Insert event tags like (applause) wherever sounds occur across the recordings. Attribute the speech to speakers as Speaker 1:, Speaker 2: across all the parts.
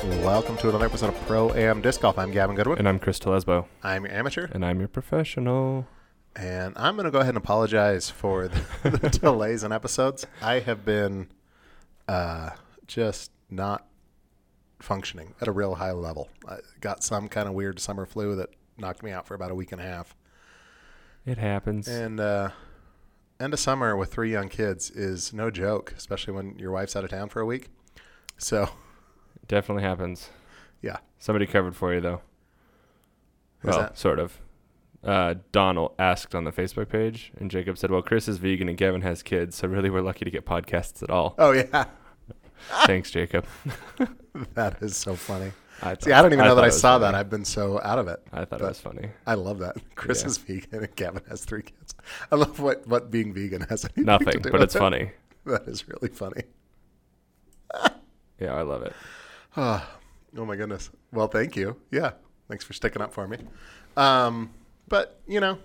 Speaker 1: to another episode of Pro Am Disc Golf. I'm Gavin Goodwin.
Speaker 2: And I'm Chris Telesbo.
Speaker 1: I'm your amateur,
Speaker 2: And I'm your professional.
Speaker 1: and I'm going to go ahead and apologize for the, the delays in episodes. I have been uh, just not functioning at a real high level. I got some kind of weird summer flu that knocked me out for about a week and a half,
Speaker 2: It happens.
Speaker 1: and uh, end of summer with three young kids is no joke, especially when your wife's out of town for a week. So,
Speaker 2: Definitely happens.
Speaker 1: yeah,
Speaker 2: Somebody covered for you, though.
Speaker 1: who's
Speaker 2: well,
Speaker 1: that?
Speaker 2: sort of. Uh, Donald asked on the Facebook page, and Jacob said, Well, Chris is vegan and Gavin has kids, so really we're lucky to get podcasts at
Speaker 1: (laughs)
Speaker 2: all.
Speaker 1: Oh yeah,
Speaker 2: Thanks, Jacob.
Speaker 1: that is so funny.
Speaker 2: I
Speaker 1: See, I don't even know that
Speaker 2: thought
Speaker 1: I
Speaker 2: it was
Speaker 1: saw
Speaker 2: funny.
Speaker 1: that. I've been so out of it.
Speaker 2: I thought it
Speaker 1: but-
Speaker 2: was funny.
Speaker 1: I love
Speaker 2: (laughs)
Speaker 1: that. Chris
Speaker 2: Yeah.
Speaker 1: is vegan and Gavin has three kids. I love what, what being vegan has anything to
Speaker 2: Nothing,
Speaker 1: do
Speaker 2: but
Speaker 1: with
Speaker 2: it's
Speaker 1: it. (laughs)
Speaker 2: funny.
Speaker 1: That is really funny.
Speaker 2: Yeah, I love it.
Speaker 1: Ah, oh my goodness. Well, thank you. Yeah, thanks for sticking up for me. Um, but you know,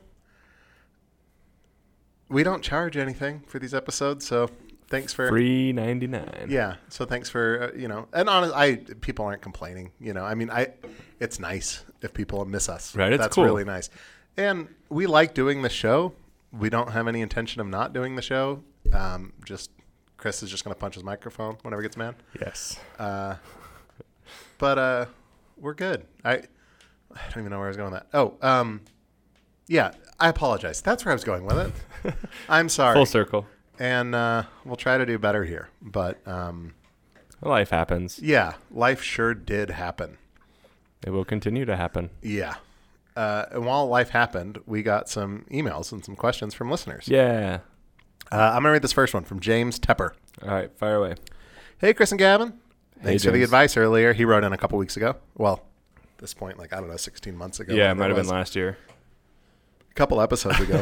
Speaker 1: we don't charge anything for these episodes, so thanks for
Speaker 2: Three ninety nine.
Speaker 1: Yeah. So thanks for uh, you know, and honest, I people aren't complaining. You know, I mean, I it's nice if people miss us.
Speaker 2: Right, it's
Speaker 1: That's
Speaker 2: cool.
Speaker 1: really nice, and we like doing the show. We don't have any intention of not doing the show. Um, just Chris is just going to punch his microphone whenever he gets mad.
Speaker 2: Yes.
Speaker 1: Uh, but uh, we're good. I I don't even know where I was going with that. Oh, um, yeah. I apologize. That's where I was going with
Speaker 2: (laughs)
Speaker 1: it. I'm sorry.
Speaker 2: Full circle.
Speaker 1: and uh, we'll try to do better here. But um,
Speaker 2: Life happens.
Speaker 1: yeah, life sure did happen.
Speaker 2: It will continue to happen.
Speaker 1: Yeah. Uh, and while life happened, we got some emails and some questions from listeners.
Speaker 2: Yeah.
Speaker 1: Uh, I'm going to read this first one from James Tepper.
Speaker 2: All right, fire away.
Speaker 1: Hey, Chris and Gavin. Thanks for the
Speaker 2: James.
Speaker 1: advice earlier. He wrote in a couple weeks ago. Well, at this point, like, I don't know, 16 months ago.
Speaker 2: yeah, it
Speaker 1: whatever
Speaker 2: might have been
Speaker 1: was.
Speaker 2: last year.
Speaker 1: a couple episodes
Speaker 2: (laughs)
Speaker 1: ago.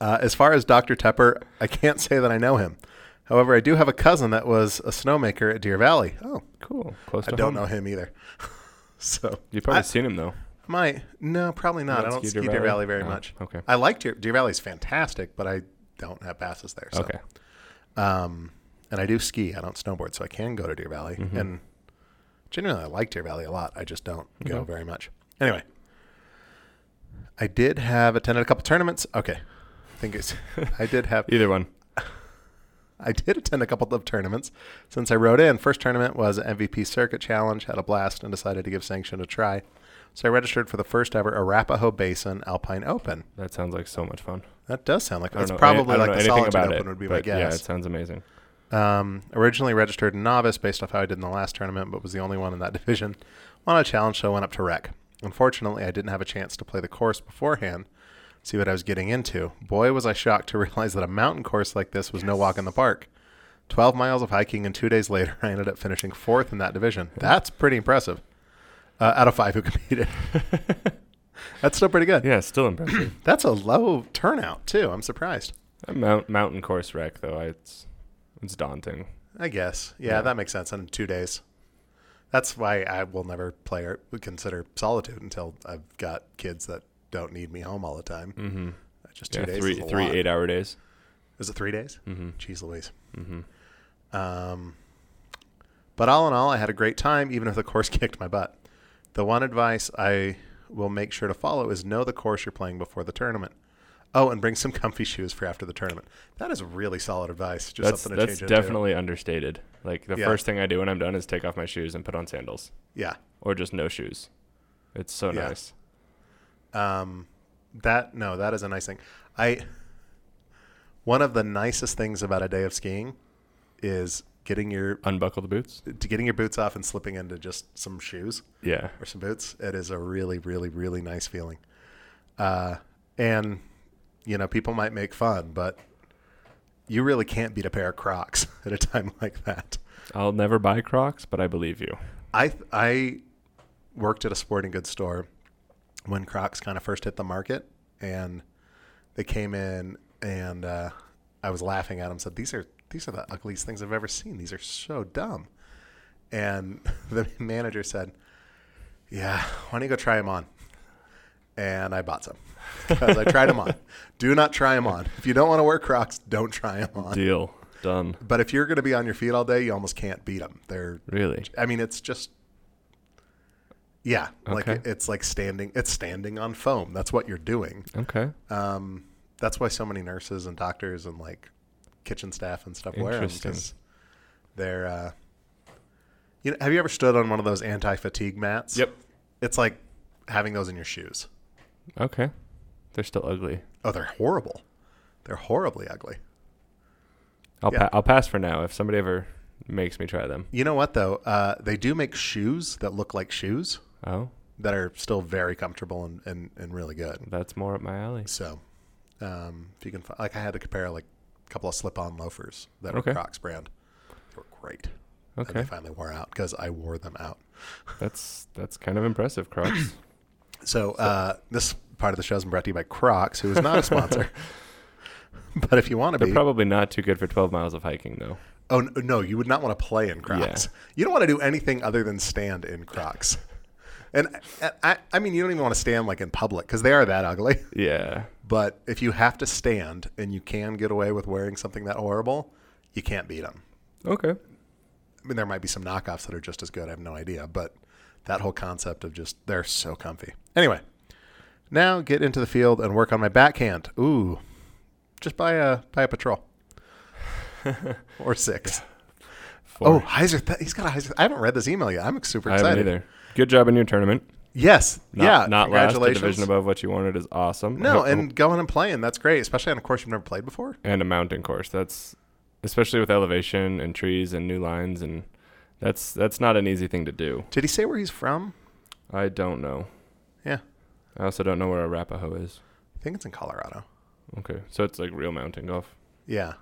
Speaker 1: uh, as far as Dr. Tepper, I can't say that I know him. However, I do have a cousin that was a snowmaker at Deer Valley. Oh,
Speaker 2: Cool. Close
Speaker 1: I
Speaker 2: to
Speaker 1: don't
Speaker 2: home.
Speaker 1: know him either. (laughs) so
Speaker 2: You've probably
Speaker 1: I-
Speaker 2: seen him though.
Speaker 1: Might no, probably not.
Speaker 2: don't
Speaker 1: I don't
Speaker 2: ski Deer
Speaker 1: ski Deer Valley,
Speaker 2: Valley?
Speaker 1: very
Speaker 2: Oh,
Speaker 1: much.
Speaker 2: okay.
Speaker 1: I like Deer, Deer Valley is fantastic, but I don't have passes there. So.
Speaker 2: Okay.
Speaker 1: Um, and I do ski. I don't snowboard, so I can go to Deer Valley. And generally, I like Deer Valley a lot. I just don't go very much. Anyway, I did have attended a couple tournaments. Okay, I think it's. I did
Speaker 2: (laughs)
Speaker 1: have.
Speaker 2: Either one.
Speaker 1: I did attend a couple of tournaments since I wrote in. First tournament was an MVP Circuit Challenge, had a blast, and decided to give Sanction a try. So I registered for the first ever Arapahoe Basin Alpine Open.
Speaker 2: That sounds like so much fun.
Speaker 1: That does sound like
Speaker 2: I don't
Speaker 1: that's
Speaker 2: know- I-
Speaker 1: probably
Speaker 2: I don't
Speaker 1: like the
Speaker 2: know anything
Speaker 1: Solitude
Speaker 2: about
Speaker 1: Open
Speaker 2: it,
Speaker 1: would be my
Speaker 2: but Yeah, it
Speaker 1: guess.
Speaker 2: sounds amazing.
Speaker 1: um, originally registered novice based off how I did in the last tournament, but was the only one in that (laughs) division. On a challenge, so I went up to rec. Unfortunately, I didn't have a chance to play the course beforehand, see what I was getting into. Boy, was I shocked to (laughs) realize that a mountain course like this was no walk in the park. 12 miles of hiking, and two days later, (laughs) I ended up finishing fourth in that division. That's pretty impressive. Uh, out of five who (laughs)
Speaker 2: (laughs)
Speaker 1: competed. That's still pretty good.
Speaker 2: Yeah, it's still
Speaker 1: (coughs)
Speaker 2: impressive.
Speaker 1: That's a low turnout, too. I'm surprised.
Speaker 2: a mount, mountain course wreck though, I, it's it's daunting.
Speaker 1: I guess. Yeah,
Speaker 2: Yeah.
Speaker 1: that makes sense. In two days. That's why I will never play or consider solitude until I've got kids that don't need me home all the time. Mm-hmm. Just two
Speaker 2: Mm. yeah,
Speaker 1: days.
Speaker 2: three
Speaker 1: is a
Speaker 2: three
Speaker 1: lot.
Speaker 2: eight hour days.
Speaker 1: Is it three days? Mm-hmm. Jeez Louise. Mm-hmm. Um, but all in all, I had a great time, even if the course (laughs) kicked my butt. The one advice I will make sure to follow is know the course you're playing before the tournament. Oh, and bring some comfy shoes for after the tournament. That is really solid advice. Just
Speaker 2: That's
Speaker 1: something to
Speaker 2: that's
Speaker 1: change into.
Speaker 2: definitely understated. Like the
Speaker 1: Yeah.
Speaker 2: first thing I do when I'm done is take off my shoes and put on sandals
Speaker 1: Yeah.
Speaker 2: or just no shoes. It's so
Speaker 1: Yeah.
Speaker 2: nice.
Speaker 1: Um, that no, that is a nice thing. I one of the nicest things about a day of skiing is getting your
Speaker 2: Unbuckle the boots.
Speaker 1: to getting your boots off and slipping into just some shoes
Speaker 2: Yeah.
Speaker 1: or some boots. It is a really, really, really nice feeling. Uh, and you know, people might make fun, but you really can't beat a pair of Crocs (laughs) at a time like that.
Speaker 2: I'll never buy Crocs, but I believe you.
Speaker 1: I th- I worked at a sporting goods store when Crocs kind of first hit the market, and they came in, and uh, I was laughing at them. Said these are these are the ugliest things I've ever seen. These are so dumb. And (laughs) the manager said, "Yeah, why don't you go try them on?" And I bought some (laughs) because I tried them on. Do not try them on. If you don't want to wear Crocs, don't try them on.
Speaker 2: Deal. Done.
Speaker 1: But if you're going to be on your feet all day, you almost can't beat them. They're
Speaker 2: Really?
Speaker 1: I mean, it's just Yeah, like
Speaker 2: Okay.
Speaker 1: it- it's like standing. It's standing on foam. That's what you're doing.
Speaker 2: Okay.
Speaker 1: Um, that's why so many nurses and doctors and like kitchen staff and stuff wear them
Speaker 2: Interesting.
Speaker 1: because they're. Uh, you know, have you ever stood on one of those anti-fatigue mats?
Speaker 2: Yep.
Speaker 1: It's like having those in your shoes.
Speaker 2: Okay. They're still ugly.
Speaker 1: Oh, they're horrible. They're horribly ugly.
Speaker 2: I'll
Speaker 1: Yeah.
Speaker 2: pa- I'll pass for now. If somebody ever makes me try them.
Speaker 1: You know what though? Uh, they do make shoes that look like shoes
Speaker 2: Oh,
Speaker 1: that are still very comfortable and, and, and really good.
Speaker 2: that's more up my alley.
Speaker 1: So, um, if you can, fi- like, I had to compare like a couple of slip-on loafers that
Speaker 2: Okay.
Speaker 1: were Crocs brand. They were great. And
Speaker 2: Okay.
Speaker 1: they finally wore out because I wore them out.
Speaker 2: That's that's kind of
Speaker 1: (coughs)
Speaker 2: impressive, Crocs.
Speaker 1: So, uh, this part of the show is brought to you by Crocs, who is not a
Speaker 2: (laughs)
Speaker 1: sponsor. but if you want to
Speaker 2: They're
Speaker 1: be,
Speaker 2: probably not too good for 12 miles of hiking, though.
Speaker 1: oh n- no, you would not want to play in Crocs. You don't want to do anything other than stand in Crocs. And I, I, I mean, you don't even want to stand like in public because they are that ugly.
Speaker 2: Yeah.
Speaker 1: But if you have to stand and you can get away with wearing something that horrible, you can't beat them.
Speaker 2: Okay.
Speaker 1: I mean, there might be some knockoffs that are just as good. I have no idea. But that whole concept of just, they're so comfy. Anyway, now get into the field and work on my backhand. Ooh, just buy a, buy a
Speaker 2: (laughs)
Speaker 1: patrol or six. Oh,
Speaker 2: Four.
Speaker 1: Heiser. Th- he's got a Heiser. I haven't read this email yet. I'm super
Speaker 2: I haven't
Speaker 1: excited.
Speaker 2: either. Good job in your tournament.
Speaker 1: Yes.
Speaker 2: Not,
Speaker 1: yeah.
Speaker 2: Not last. A
Speaker 1: congratulations.
Speaker 2: division above what you wanted is awesome. I
Speaker 1: no,
Speaker 2: hope-
Speaker 1: and going and playing, that's great, especially on a course you've never played before.
Speaker 2: and a mountain course. That's especially with elevation and trees and new lines and that's that's not an easy thing to do.
Speaker 1: Did he say where he's from?
Speaker 2: I don't know.
Speaker 1: Yeah.
Speaker 2: I also don't know where Arapaho is.
Speaker 1: I think it's in Colorado.
Speaker 2: Okay. So it's like real mountain golf.
Speaker 1: Yeah,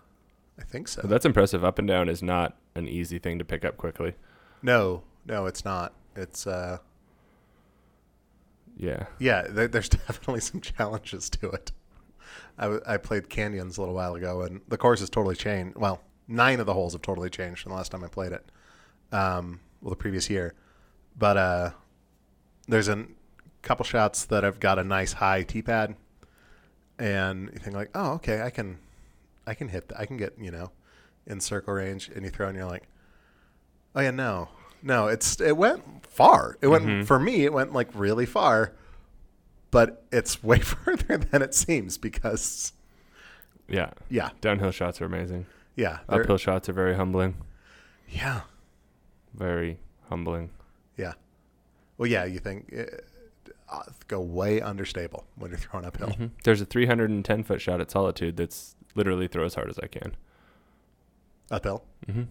Speaker 1: I think so.
Speaker 2: But that's impressive. Up and down is not an easy thing to pick up quickly.
Speaker 1: no, no, it's not. It's uh,
Speaker 2: Yeah.
Speaker 1: yeah. There, there's (laughs) definitely some challenges to it. I, w- I played canyons a little while ago, and the course has totally changed. Well, nine of the holes have totally changed from the last time I played it. Um, well, the previous year, but uh, there's a couple shots that have got a nice high tee pad, and you think like, oh, okay, I can, I can hit, th- I can get you know, in circle range, and you throw, and you're like, oh yeah, no, no, it's it went far. It went for me, it went like really far, but it's (laughs) way further than it seems because
Speaker 2: Yeah.
Speaker 1: yeah,
Speaker 2: Downhill shots are amazing.
Speaker 1: yeah, they're-
Speaker 2: Uphill shots are very humbling.
Speaker 1: yeah,
Speaker 2: Very humbling.
Speaker 1: yeah. Well, yeah, you think. uh, uh, go way understable when you're throwing
Speaker 2: (laughs)
Speaker 1: uphill.
Speaker 2: Mm-hmm. There's a 310 foot shot at Solitude that's literally throw as hard as I can.
Speaker 1: Uphill.
Speaker 2: Mm-hmm.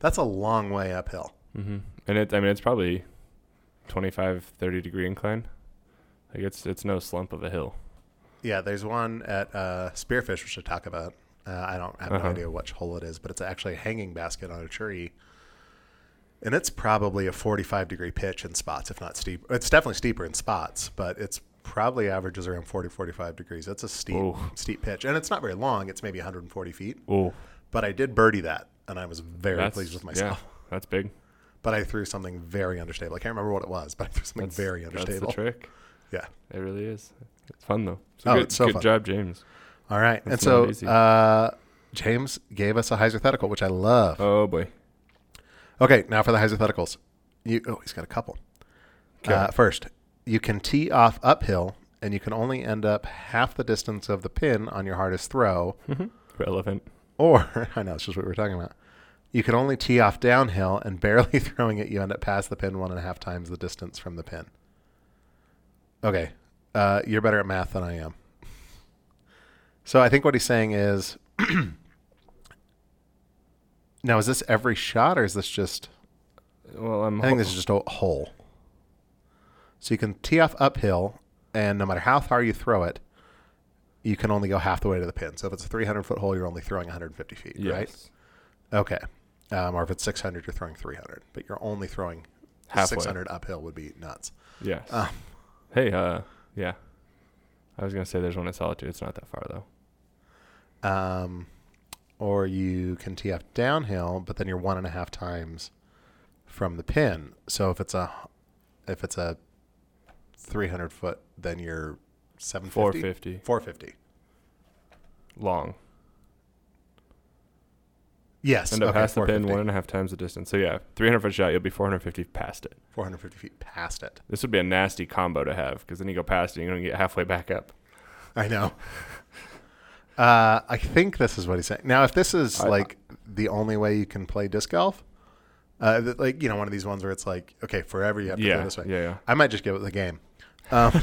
Speaker 1: That's a long way uphill.
Speaker 2: Mm-hmm. And it, I mean, it's probably 25, 30 degree incline. Like it's it's no slump of a hill.
Speaker 1: Yeah, there's one at uh, Spearfish, which I talk about. Uh, I don't I have
Speaker 2: Uh-huh.
Speaker 1: no idea which hole it is, but it's actually a hanging basket on a tree, and it's probably a 45 degree pitch in spots, if not steep. It's definitely steeper in spots, but it's probably averages around 40 45 degrees. That's a steep
Speaker 2: Ooh.
Speaker 1: steep pitch, and it's not very long. It's maybe 140 feet,
Speaker 2: Oh,
Speaker 1: but I did birdie that, and I was very pleased with myself.
Speaker 2: Yeah, that's big.
Speaker 1: But I threw something very understable. I can't remember what it was, but I threw something
Speaker 2: That's,
Speaker 1: very
Speaker 2: That's the
Speaker 1: understable.
Speaker 2: trick.
Speaker 1: Yeah.
Speaker 2: It really is. It's fun though.
Speaker 1: Oh,
Speaker 2: good,
Speaker 1: it's so
Speaker 2: good
Speaker 1: fun.
Speaker 2: job, James.
Speaker 1: All right.
Speaker 2: That's not
Speaker 1: and
Speaker 2: easy.
Speaker 1: so uh, James gave us a hypothetical, which I love.
Speaker 2: Oh boy.
Speaker 1: Okay, now for the hypotheticals. You, oh, he's got a couple.
Speaker 2: Okay.
Speaker 1: Uh, first, you can tee off uphill, and you can only end up half the distance of the pin on your hardest throw.
Speaker 2: Relevant.
Speaker 1: Or, (laughs) I know, it's just what we were talking about. You can only tee off downhill, and barely (laughs) throwing it, you end up past the pin one and a half times the distance from the pin. Okay, uh, you're better at math than I am. So I think what he's saying is (clears throat) now, is this every shot, or is this just.
Speaker 2: Well, I'm.
Speaker 1: I think this is just a hole. So you can tee off uphill, and no matter how far you throw it, you can only go half the way to the pin. So if it's a 300 foot hole, you're only throwing 150 feet,
Speaker 2: yes.
Speaker 1: right? Okay. Um, or if it's 600, you're throwing 300, but you're only throwing
Speaker 2: Halfway.
Speaker 1: 600 uphill would be nuts.
Speaker 2: Yes.
Speaker 1: Um,
Speaker 2: hey. Uh. Yeah. I was gonna say there's one at Solitude. It's not that far though.
Speaker 1: Um, or you can tee off downhill, but then you're one and a half times from the pin. So if it's a if it's a 300 foot, then you're 750.
Speaker 2: 450
Speaker 1: 450.
Speaker 2: long.
Speaker 1: Yes.
Speaker 2: End up
Speaker 1: okay,
Speaker 2: past the pin
Speaker 1: 450.
Speaker 2: one and a half times the distance. So yeah, 300 foot shot, you'll be 450 past it.
Speaker 1: 450 feet past it.
Speaker 2: This would be a nasty combo to have because then you go past it and you're going to get halfway back up.
Speaker 1: I know. Uh, I think this is what he's saying. Now, if this is
Speaker 2: I-
Speaker 1: like the only way you can play disc golf, uh, th- like you know, one of these ones where it's like, okay, forever you have to go
Speaker 2: Yeah,
Speaker 1: this way.
Speaker 2: yeah, yeah.
Speaker 1: I might just give it the
Speaker 2: (laughs)
Speaker 1: game. Um,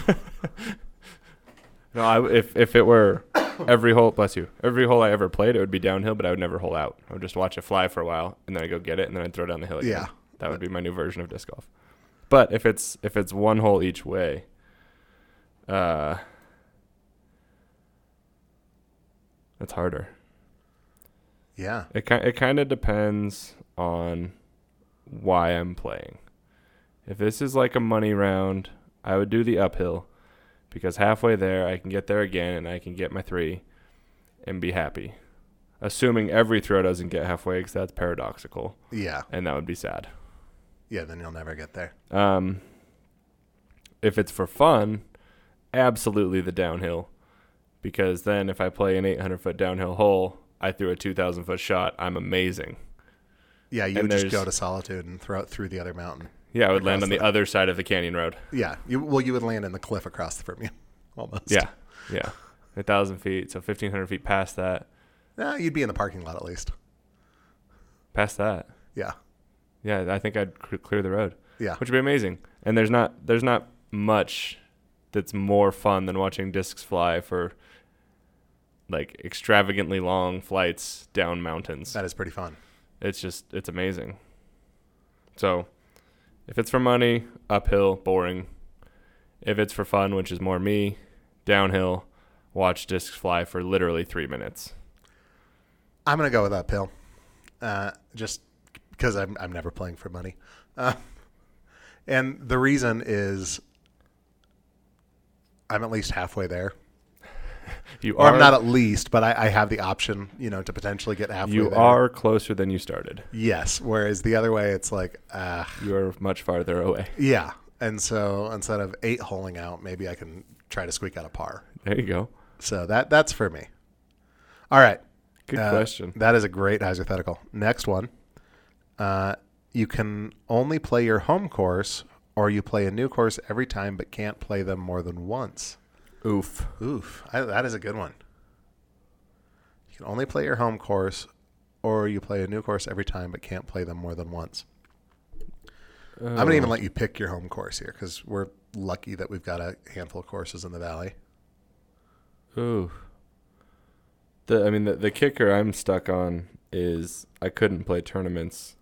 Speaker 2: No, I, if if it were every hole, bless you, every hole I ever played, it would be downhill, but I would never hole out. I would just watch it fly for a while, and then I would go get it, and then I'd throw down the hill. Again.
Speaker 1: Yeah.
Speaker 2: that would be my new version of disc golf. But if it's if it's one hole each way, uh, that's harder.
Speaker 1: yeah.
Speaker 2: It kind it kind of depends on why I'm playing. If this is like a money round, I would do the uphill because halfway there I can get there again and I can get my three and be happy. Assuming every throw doesn't get halfway because that's paradoxical
Speaker 1: Yeah.
Speaker 2: and that would be sad.
Speaker 1: Yeah. Then you'll never get there.
Speaker 2: Um, if it's for fun, absolutely the downhill, because then if I play an 800 foot downhill hole, I threw a 2,000 foot shot. I'm amazing.
Speaker 1: Yeah. You
Speaker 2: And
Speaker 1: would just
Speaker 2: there's-
Speaker 1: go to solitude and throw it through the other mountain.
Speaker 2: Yeah, I would land
Speaker 1: Across
Speaker 2: on the
Speaker 1: the-
Speaker 2: other side of the canyon road.
Speaker 1: Yeah. You, well, you would land in the cliff across from you, (laughs) almost.
Speaker 2: Yeah, yeah, (laughs) a thousand feet. So fifteen hundred feet past that,
Speaker 1: Nah, you'd be in the parking lot at least.
Speaker 2: past that.
Speaker 1: Yeah.
Speaker 2: Yeah, I think I'd c- clear the road,
Speaker 1: Yeah.
Speaker 2: which would be amazing. And there's not there's not much that's more fun than watching discs fly for like extravagantly long flights down mountains.
Speaker 1: That is pretty fun.
Speaker 2: It's just it's amazing. So, if it's for money, uphill, boring. If it's for fun, which is more me, downhill, watch discs fly for literally 3 minutes.
Speaker 1: I'm gonna go with uphill, uh, just because I'm I'm never playing for money, uh, and the reason is I'm at least halfway there,
Speaker 2: You
Speaker 1: or
Speaker 2: are
Speaker 1: I'm not at least, but I, I have the option, you know, to potentially get halfway.
Speaker 2: you
Speaker 1: there.
Speaker 2: are closer than you started.
Speaker 1: yes. Whereas the other way, it's like, uh,
Speaker 2: You are much farther away. (laughs)
Speaker 1: yeah, and so instead of eight holing out, maybe I can try to squeak out a par.
Speaker 2: There you go.
Speaker 1: So that that's for me. All right.
Speaker 2: Good
Speaker 1: Uh,
Speaker 2: question.
Speaker 1: That is a great hypothetical. Next one. Uh, you can only play your home course or you play a new course every time but can't play them more than once.
Speaker 2: Oof.
Speaker 1: Oof. I, that is a good one. You can only play your home course or you play a new course every time but can't play them more than once. I'm going to even let you pick your home course here because we're lucky that we've got a handful of courses in the valley.
Speaker 2: Oh, Ooh. The I mean the, the kicker I'm stuck on is I couldn't play tournaments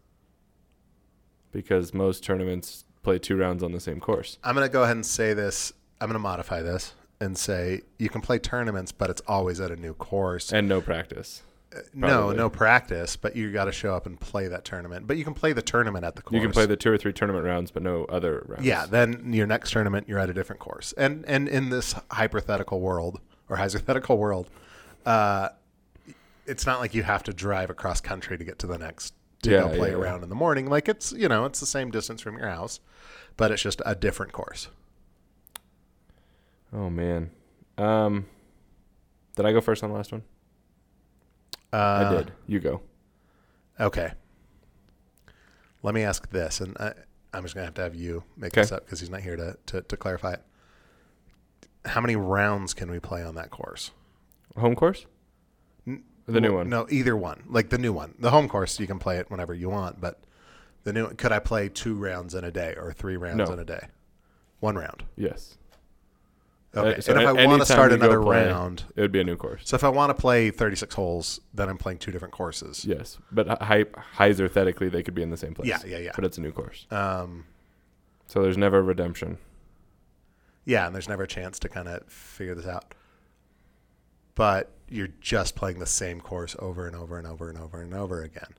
Speaker 2: because most tournaments play two rounds on the same course.
Speaker 1: I'm going to go ahead and say this. I'm going to modify this and say you can play tournaments, but it's always at a new course.
Speaker 2: And no practice.
Speaker 1: No,
Speaker 2: probably.
Speaker 1: no practice, but you got to show up and play that tournament. But you can play the tournament at the course.
Speaker 2: You can play the two or three tournament rounds but no other rounds.
Speaker 1: yeah. Then your next tournament, you're at a different course. And and in this hypothetical world or (laughs) hypothetical world, uh, it's not like you have to drive across country to get to the next to
Speaker 2: Yeah,
Speaker 1: go play
Speaker 2: yeah, yeah.
Speaker 1: around in the morning. Like it's you know it's the same distance from your house, but it's just a different course.
Speaker 2: Oh man. Um Did I go first on the last one?
Speaker 1: Uh,
Speaker 2: I did. You go.
Speaker 1: Okay. Let me ask this, and I, I'm just gonna have to have you make
Speaker 2: Okay.
Speaker 1: this up because he's not here to, to to clarify it. How many rounds can we play on that course?
Speaker 2: Home course?
Speaker 1: N-
Speaker 2: The new one.
Speaker 1: No, either one. Like the new one, the home course, you can play it whenever you want. But the new, could I play two rounds in a day or three rounds
Speaker 2: No.
Speaker 1: in a day? One round.
Speaker 2: Yes.
Speaker 1: Okay.
Speaker 2: Uh, so
Speaker 1: and if
Speaker 2: a-
Speaker 1: I want
Speaker 2: anytime
Speaker 1: to start
Speaker 2: you go
Speaker 1: another
Speaker 2: play-
Speaker 1: round,
Speaker 2: It would be a new course.
Speaker 1: so if I want to play 36 holes, then I'm playing two different courses.
Speaker 2: Yes, but hy- hypothetically they could be in the same place.
Speaker 1: Yeah, yeah, yeah.
Speaker 2: But it's a new course,
Speaker 1: Um,
Speaker 2: so there's never redemption.
Speaker 1: Yeah, and there's never a chance to kind of figure this out. But you're just playing the same course over and over and over and over and over again.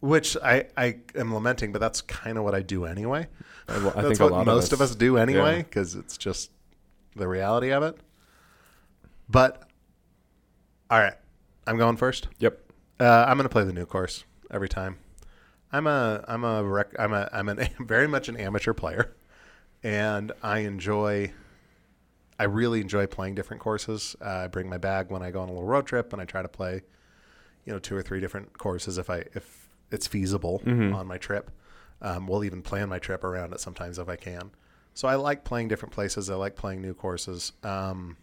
Speaker 1: Which I, I am lamenting, but that's kind of what I do anyway.
Speaker 2: I, well, I
Speaker 1: that's
Speaker 2: think a
Speaker 1: what
Speaker 2: lot
Speaker 1: most
Speaker 2: of us,
Speaker 1: do anyway, because it's just the reality of it. But, all right, I'm going first.
Speaker 2: Yep.
Speaker 1: Uh, I'm going to play the new course every time. I'm a I'm a rec- I'm a I'm an (laughs) very much an amateur player, and I enjoy. I really enjoy playing different courses. Uh, I bring my bag when I go on a little road trip, and I try to play, you know, two or three different courses if I if it's feasible on my trip. Um, we'll even plan my trip around it sometimes if I can. So I like playing different places. I like playing new courses. Um,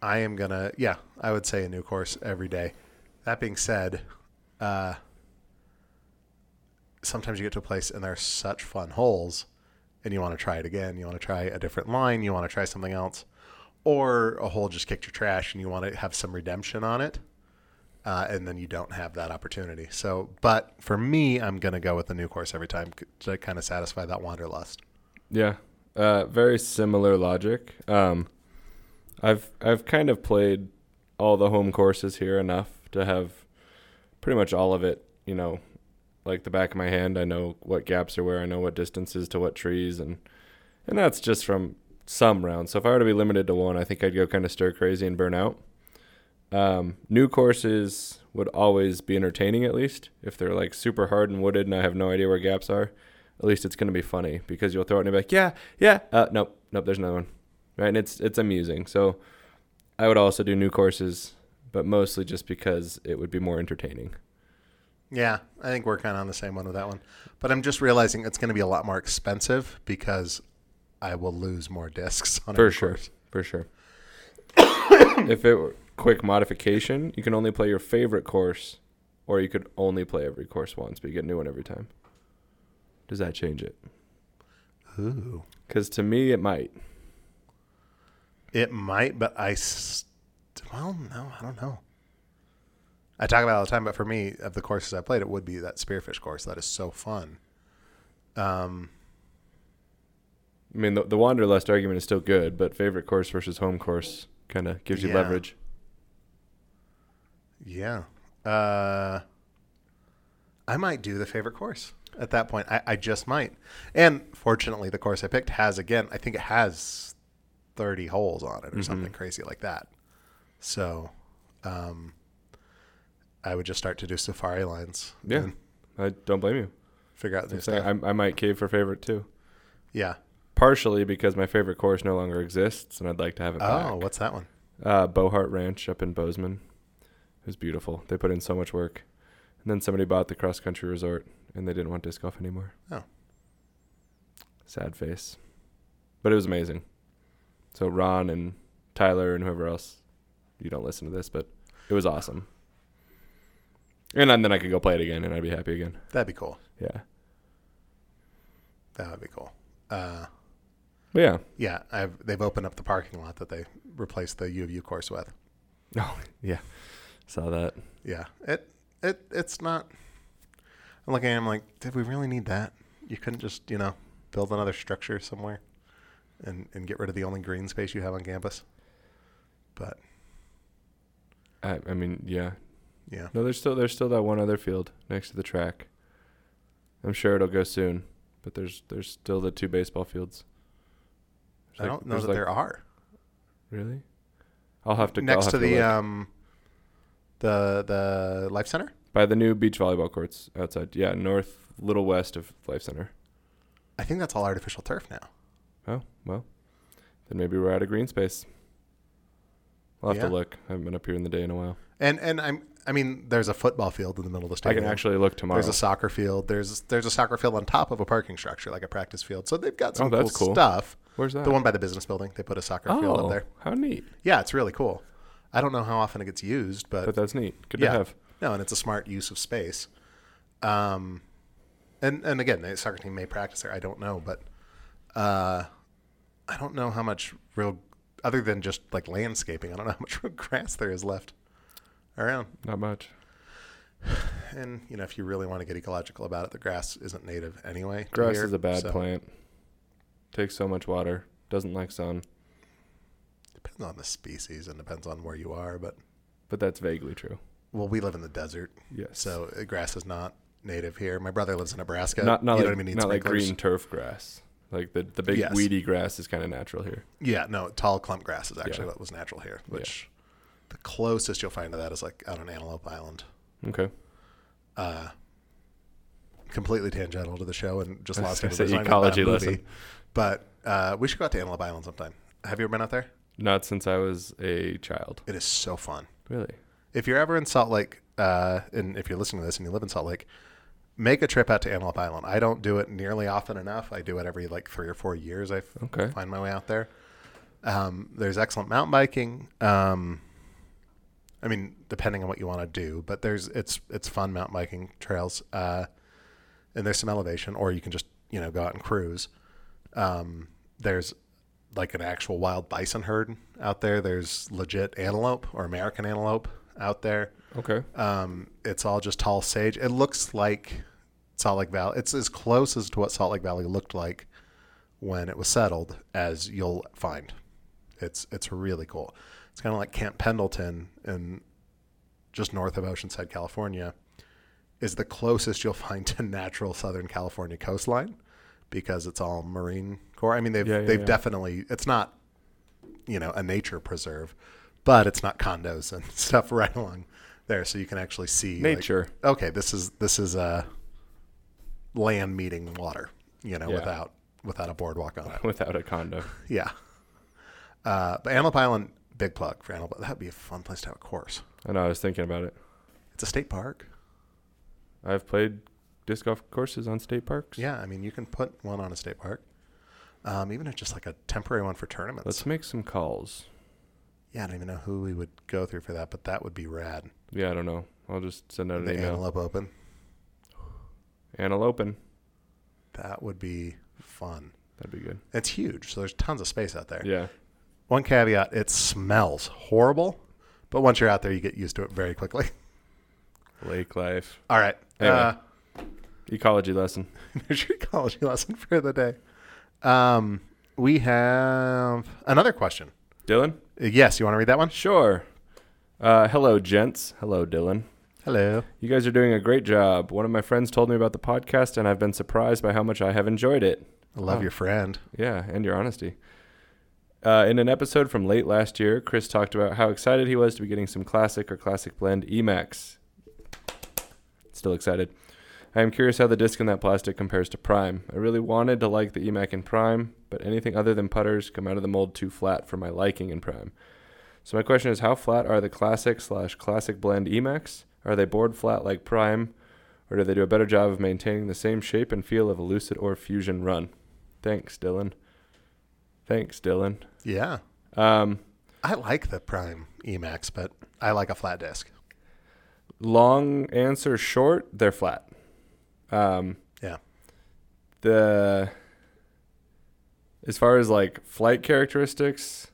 Speaker 1: I am gonna, yeah, I would say a new course every day. That being said, uh, sometimes you get to a place and there are such fun holes, and you want to try it again. You want to try a different line. You want to try something else, or a hole just kicked your trash, and you want to have some redemption on it. Uh, and then you don't have that opportunity. So, but for me, I'm gonna go with a new course every time c- to kind of satisfy that wanderlust.
Speaker 2: Yeah. Uh, very similar logic. Um, I've I've kind of played all the home courses here enough to have pretty much all of it, you know, like the back of my hand. I know what gaps are where, I know what distances to what trees and and that's just from some rounds. So if I were to be limited to one, I think I'd go kind of stir crazy and burn out. Um, new courses would always be entertaining at least. If they're like super hard and wooded and I have no idea where gaps are, at least it's going to be funny because you'll throw it and you'll be like, yeah, yeah, uh, nope, nope, there's another one, right? And it's it's amusing. So I would also do new courses, but mostly just because it would be more entertaining.
Speaker 1: Yeah, I think we're kind of on the same one with that one. But I'm just realizing it's going to be a lot more expensive because I will lose more discs on
Speaker 2: For
Speaker 1: every
Speaker 2: sure,
Speaker 1: course.
Speaker 2: for sure. (coughs) if it were quick modification, you can only play your favorite course, or you could only play every course once, but you get a new one every time. Does that change it?
Speaker 1: Ooh.
Speaker 2: Because to me, it might.
Speaker 1: It might, but I. s- Well, no, I don't know. I talk about it all the time, but for me, of the courses I played, it would be that spearfish course. That is so fun. Um,
Speaker 2: I mean, the, the wanderlust argument is still good, but favorite course versus home course kind of gives you
Speaker 1: Yeah.
Speaker 2: leverage.
Speaker 1: yeah. Uh, I might do the favorite course at that point. I, I just might. And fortunately, the course I picked has, again, I think it has 30 holes on
Speaker 2: Mm-hmm.
Speaker 1: it or something crazy like that. So um, I would just start to do safari lines.
Speaker 2: Yeah.
Speaker 1: and
Speaker 2: I don't blame you.
Speaker 1: Figure out new
Speaker 2: So
Speaker 1: stuff.
Speaker 2: I, I might cave for favorite too.
Speaker 1: Yeah.
Speaker 2: Partially because my favorite course no longer exists and I'd like to have it
Speaker 1: Oh,
Speaker 2: back.
Speaker 1: what's that one?
Speaker 2: Uh, Bohart Ranch up in Bozeman. It was beautiful. They put in so much work. And then somebody bought the cross country resort and they didn't want disc golf anymore.
Speaker 1: Oh.
Speaker 2: Sad face. But it was amazing. So Ron and Tyler and whoever else, you don't listen to this, but it was awesome. And then I could go play it again and I'd be happy again.
Speaker 1: That'd be cool.
Speaker 2: Yeah.
Speaker 1: That would be cool. Uh,
Speaker 2: But yeah.
Speaker 1: yeah, I've, they've opened up the parking lot that they replaced the U of U course with.
Speaker 2: Oh, yeah. Saw that.
Speaker 1: Yeah, it it it's not. I'm looking at him like, did we really need that? You couldn't just you know build another structure somewhere, and and get rid of the only green space you have on campus. But
Speaker 2: I, I mean, yeah.
Speaker 1: yeah,
Speaker 2: No, there's still there's still that one other field next to the track. I'm sure it'll go soon, but there's there's still the two baseball fields. There's
Speaker 1: I
Speaker 2: like-
Speaker 1: don't know
Speaker 2: there's
Speaker 1: that
Speaker 2: like-
Speaker 1: there are
Speaker 2: really. I'll have to I'll
Speaker 1: next
Speaker 2: have
Speaker 1: to the
Speaker 2: look.
Speaker 1: um the the life center.
Speaker 2: by the new beach volleyball courts outside. Yeah, north, little west of Life Center.
Speaker 1: I think that's all artificial turf now.
Speaker 2: Oh well, then maybe we're out of green space. I'll have
Speaker 1: Yeah.
Speaker 2: to look. I haven't been up here in the day in a while.
Speaker 1: And and I'm I mean there's a football field in the middle of the
Speaker 2: I
Speaker 1: stadium.
Speaker 2: can actually look tomorrow.
Speaker 1: There's a soccer field. There's there's a soccer field on top of a parking structure, like a practice field. So they've got some
Speaker 2: Oh, that's
Speaker 1: cool,
Speaker 2: cool.
Speaker 1: stuff.
Speaker 2: Where's that?
Speaker 1: The one by the business building, they put a soccer field up
Speaker 2: oh,
Speaker 1: there.
Speaker 2: how neat!
Speaker 1: Yeah, it's really cool. I don't know how often it gets used, but
Speaker 2: But that's neat. Good
Speaker 1: Yeah.
Speaker 2: to have.
Speaker 1: no, and it's a smart use of space. Um, and and again, the soccer team may practice there. I don't know, but uh, I don't know how much real other than just like landscaping. I don't know how much (laughs) real grass there is left around.
Speaker 2: Not much.
Speaker 1: And you know, if you really want to get ecological about it, the grass isn't native anyway. to
Speaker 2: Grass
Speaker 1: here,
Speaker 2: is a bad
Speaker 1: so
Speaker 2: plant. Takes so much water. Doesn't like sun.
Speaker 1: Depends on the species and depends on where you are, but
Speaker 2: But that's vaguely true.
Speaker 1: well, we live in the desert,
Speaker 2: Yes.
Speaker 1: so uh, grass is not native here. My brother lives in Nebraska.
Speaker 2: not
Speaker 1: you
Speaker 2: not like,
Speaker 1: don't even need
Speaker 2: not like
Speaker 1: sprinklers.
Speaker 2: green turf grass. Like the the big
Speaker 1: Yes.
Speaker 2: weedy grass is kind of natural here.
Speaker 1: Yeah, no, tall clump grass is actually
Speaker 2: Yeah.
Speaker 1: what was natural here, which the closest you'll find to that is like out on Antelope Island.
Speaker 2: Okay.
Speaker 1: Uh, completely tangential to the show
Speaker 2: (laughs)
Speaker 1: and just
Speaker 2: I was
Speaker 1: lost
Speaker 2: gonna
Speaker 1: people
Speaker 2: say
Speaker 1: design about
Speaker 2: ecology
Speaker 1: a movie.
Speaker 2: lesson.
Speaker 1: But uh, we should go out to Antelope Island sometime. Have you ever been out there?
Speaker 2: Not since I was a child.
Speaker 1: It is so fun.
Speaker 2: Really.
Speaker 1: if you're ever in Salt Lake, uh, and if you're listening to this and you live in Salt Lake, make a trip out to Antelope Island. I don't do it nearly often enough. I do it every like three or four years. I f-
Speaker 2: Okay.
Speaker 1: find my way out there. Um, there's excellent mountain biking. Um, I mean, depending on what you want to do, but there's it's it's fun mountain biking trails, uh, and there's some elevation, or you can just you know go out and cruise. Um, there's like an actual wild bison herd out there. There's legit antelope or American antelope out there.
Speaker 2: Okay.
Speaker 1: Um, it's all just tall sage. It looks like Salt Lake Valley. It's as close as to what Salt Lake Valley looked like when it was settled as you'll find. It's it's really cool. It's kind of like Camp Pendleton in just north of Oceanside, California, is the closest you'll find to natural Southern California coastline because it's all Marine Corps. I mean, they've
Speaker 2: Yeah, yeah,
Speaker 1: they've
Speaker 2: yeah.
Speaker 1: definitely it's not you know a nature preserve, but it's not condos and (laughs) stuff right along there, so you can actually see like,
Speaker 2: Nature. (laughs)
Speaker 1: okay, this is this is uh, land meeting water, you know,
Speaker 2: Yeah.
Speaker 1: without without a boardwalk on it.
Speaker 2: Without a condo.
Speaker 1: Yeah. Uh, but Antelope Island, big plug for Antelope. That'd be a fun place to have a course.
Speaker 2: I know. I was thinking about it.
Speaker 1: It's a state park.
Speaker 2: I've played disc golf courses on state parks.
Speaker 1: Yeah, I mean, you can put one on a state park, um, even if just like a temporary one for tournaments.
Speaker 2: Let's make some calls.
Speaker 1: yeah, I don't even know who we would go through for that, but that would be rad.
Speaker 2: Yeah, I don't know. I'll just send out an
Speaker 1: the
Speaker 2: email.
Speaker 1: Antelope Open,
Speaker 2: Antelope.
Speaker 1: that would be fun.
Speaker 2: That'd be good.
Speaker 1: It's huge, so there's tons of space out there.
Speaker 2: Yeah.
Speaker 1: One caveat: it smells horrible, but once you're out there, you get used to it very quickly. (laughs)
Speaker 2: Lake life.
Speaker 1: All right,
Speaker 2: Anyway.
Speaker 1: uh, (laughs)
Speaker 2: Ecology lesson.
Speaker 1: there's your ecology lesson for the day. Um, we have another question.
Speaker 2: Dylan?
Speaker 1: Uh, Yes, you want to read that one?
Speaker 2: Sure. Uh, hello, gents. Hello, Dylan.
Speaker 1: Hello.
Speaker 2: You guys are doing a great job. One of my friends told me about the podcast, and I've been surprised by how much I have enjoyed it.
Speaker 1: I love
Speaker 2: Oh.
Speaker 1: your friend.
Speaker 2: Yeah, and your honesty. Uh, in an episode from late last year, Chris talked about how excited he was to be getting some classic or classic blend Emacs. Still excited. I am curious how the disc in that plastic compares to Prime. I really wanted to like the Emac in Prime, but anything other than putters come out of the mold too flat for my liking in Prime. So my question is, how flat are the classic slash classic blend Emacs? Are they board flat like Prime, or do they do a better job of maintaining the same shape and feel of a Lucid or Fusion run? Thanks, Dylan. Thanks, Dylan.
Speaker 1: Yeah,
Speaker 2: Um,
Speaker 1: I like the Prime Emacs, but I like a flat disc.
Speaker 2: long answer short, they're flat. Um,
Speaker 1: Yeah.
Speaker 2: the as far as like flight characteristics,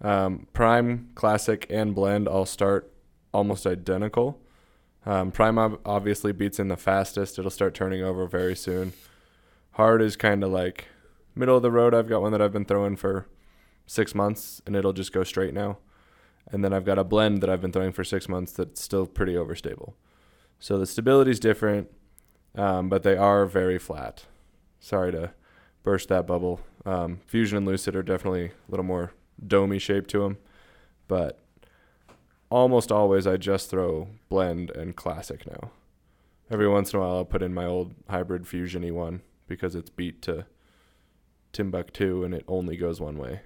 Speaker 2: um, prime, classic, and blend all start almost identical. Um, prime ob- obviously beats in the fastest; it'll start turning over very soon. Hard is kind of like middle of the road. I've got one that I've been throwing for six months, and it'll just go straight now. And then I've got a blend that I've been throwing for six months that's still pretty overstable. So the stability's different um, but they are very flat. Sorry to burst that bubble. Um, Fusion and Lucid are definitely a little more domey shape to them, but almost always I just throw blend and classic now. Every once in a while I'll put in my old hybrid Fusion E1 because it's beat to Timbuktu and it only goes one way.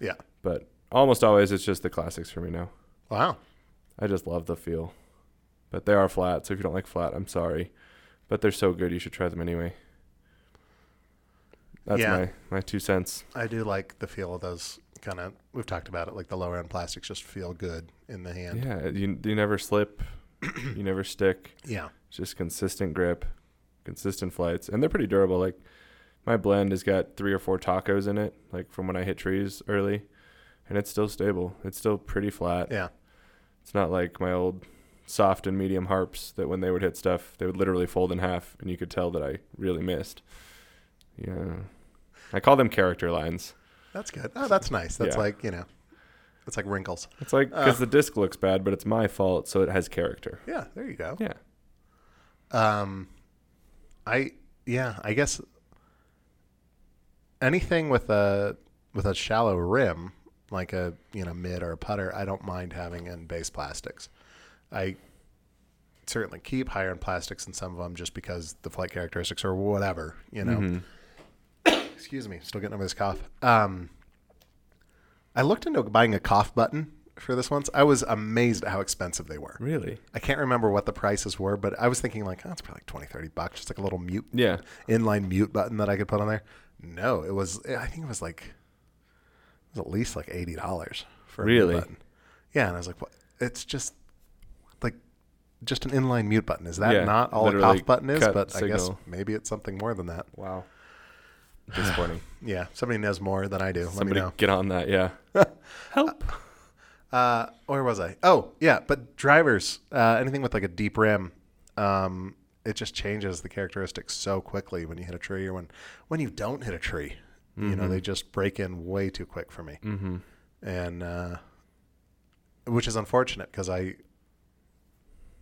Speaker 1: Yeah.
Speaker 2: But almost always it's just the classics for me now.
Speaker 1: Wow.
Speaker 2: I just love the feel. But they are flat, so if you don't like flat, I'm sorry. But they're so good, you should try them anyway. That's
Speaker 1: Yeah.
Speaker 2: my, my two cents.
Speaker 1: I do like the feel of those kind of. We've talked about it, like the lower end plastics just feel good in the hand.
Speaker 2: Yeah, you, you never slip, you never stick.
Speaker 1: Yeah.
Speaker 2: It's just consistent grip, consistent flights, and they're pretty durable. Like my blend has got three or four tacos in it, like from when I hit trees early, and it's still stable. It's still pretty flat.
Speaker 1: Yeah.
Speaker 2: It's not like my old soft and medium harps that when they would hit stuff, they would literally fold in half, and you could tell that I really missed. Yeah, I call them character lines.
Speaker 1: That's good. Oh, that's nice. That's
Speaker 2: Yeah.
Speaker 1: like you know, it's like wrinkles.
Speaker 2: It's like because
Speaker 1: Ah.
Speaker 2: the disc looks bad, but it's my fault, so it has character.
Speaker 1: Yeah. There you go.
Speaker 2: Yeah,
Speaker 1: Um, I yeah, I guess anything with a with a shallow rim, like a you know mid or a putter, I don't mind having in base plastics. I certainly keep higher end plastics in some of them just because the flight characteristics or whatever, you know. (coughs) Excuse me, still getting over this cough. Um, I looked into buying a cough button for this once. I was amazed at how expensive they were.
Speaker 2: Really?
Speaker 1: I can't remember what the prices were, but I was thinking like, oh, it's probably like 20, 30 bucks, just like a little mute
Speaker 2: Yeah.
Speaker 1: inline mute button that I could put on there. No, it was. I think it was like it was at least like eighty dollars for a mute
Speaker 2: Really?
Speaker 1: button. Yeah, and I was like, what? It's just like just an inline mute button. Is that
Speaker 2: Yeah,
Speaker 1: not all a
Speaker 2: literally
Speaker 1: cough button is?
Speaker 2: cut
Speaker 1: But I guess
Speaker 2: signal.
Speaker 1: maybe it's something more than that.
Speaker 2: Wow. Disappointing.
Speaker 1: Yeah, somebody knows more than I do. (sighs) Let
Speaker 2: Somebody
Speaker 1: me know.
Speaker 2: get on that. Yeah. Help.
Speaker 1: Uh, where was I? Oh, yeah. But drivers, uh, anything with like a deep rim, um, it just changes the characteristics so quickly when you hit a tree or when when you don't hit a tree. You know, they just break in way too quick for me,
Speaker 2: Mm-hmm.
Speaker 1: and uh, which is unfortunate because I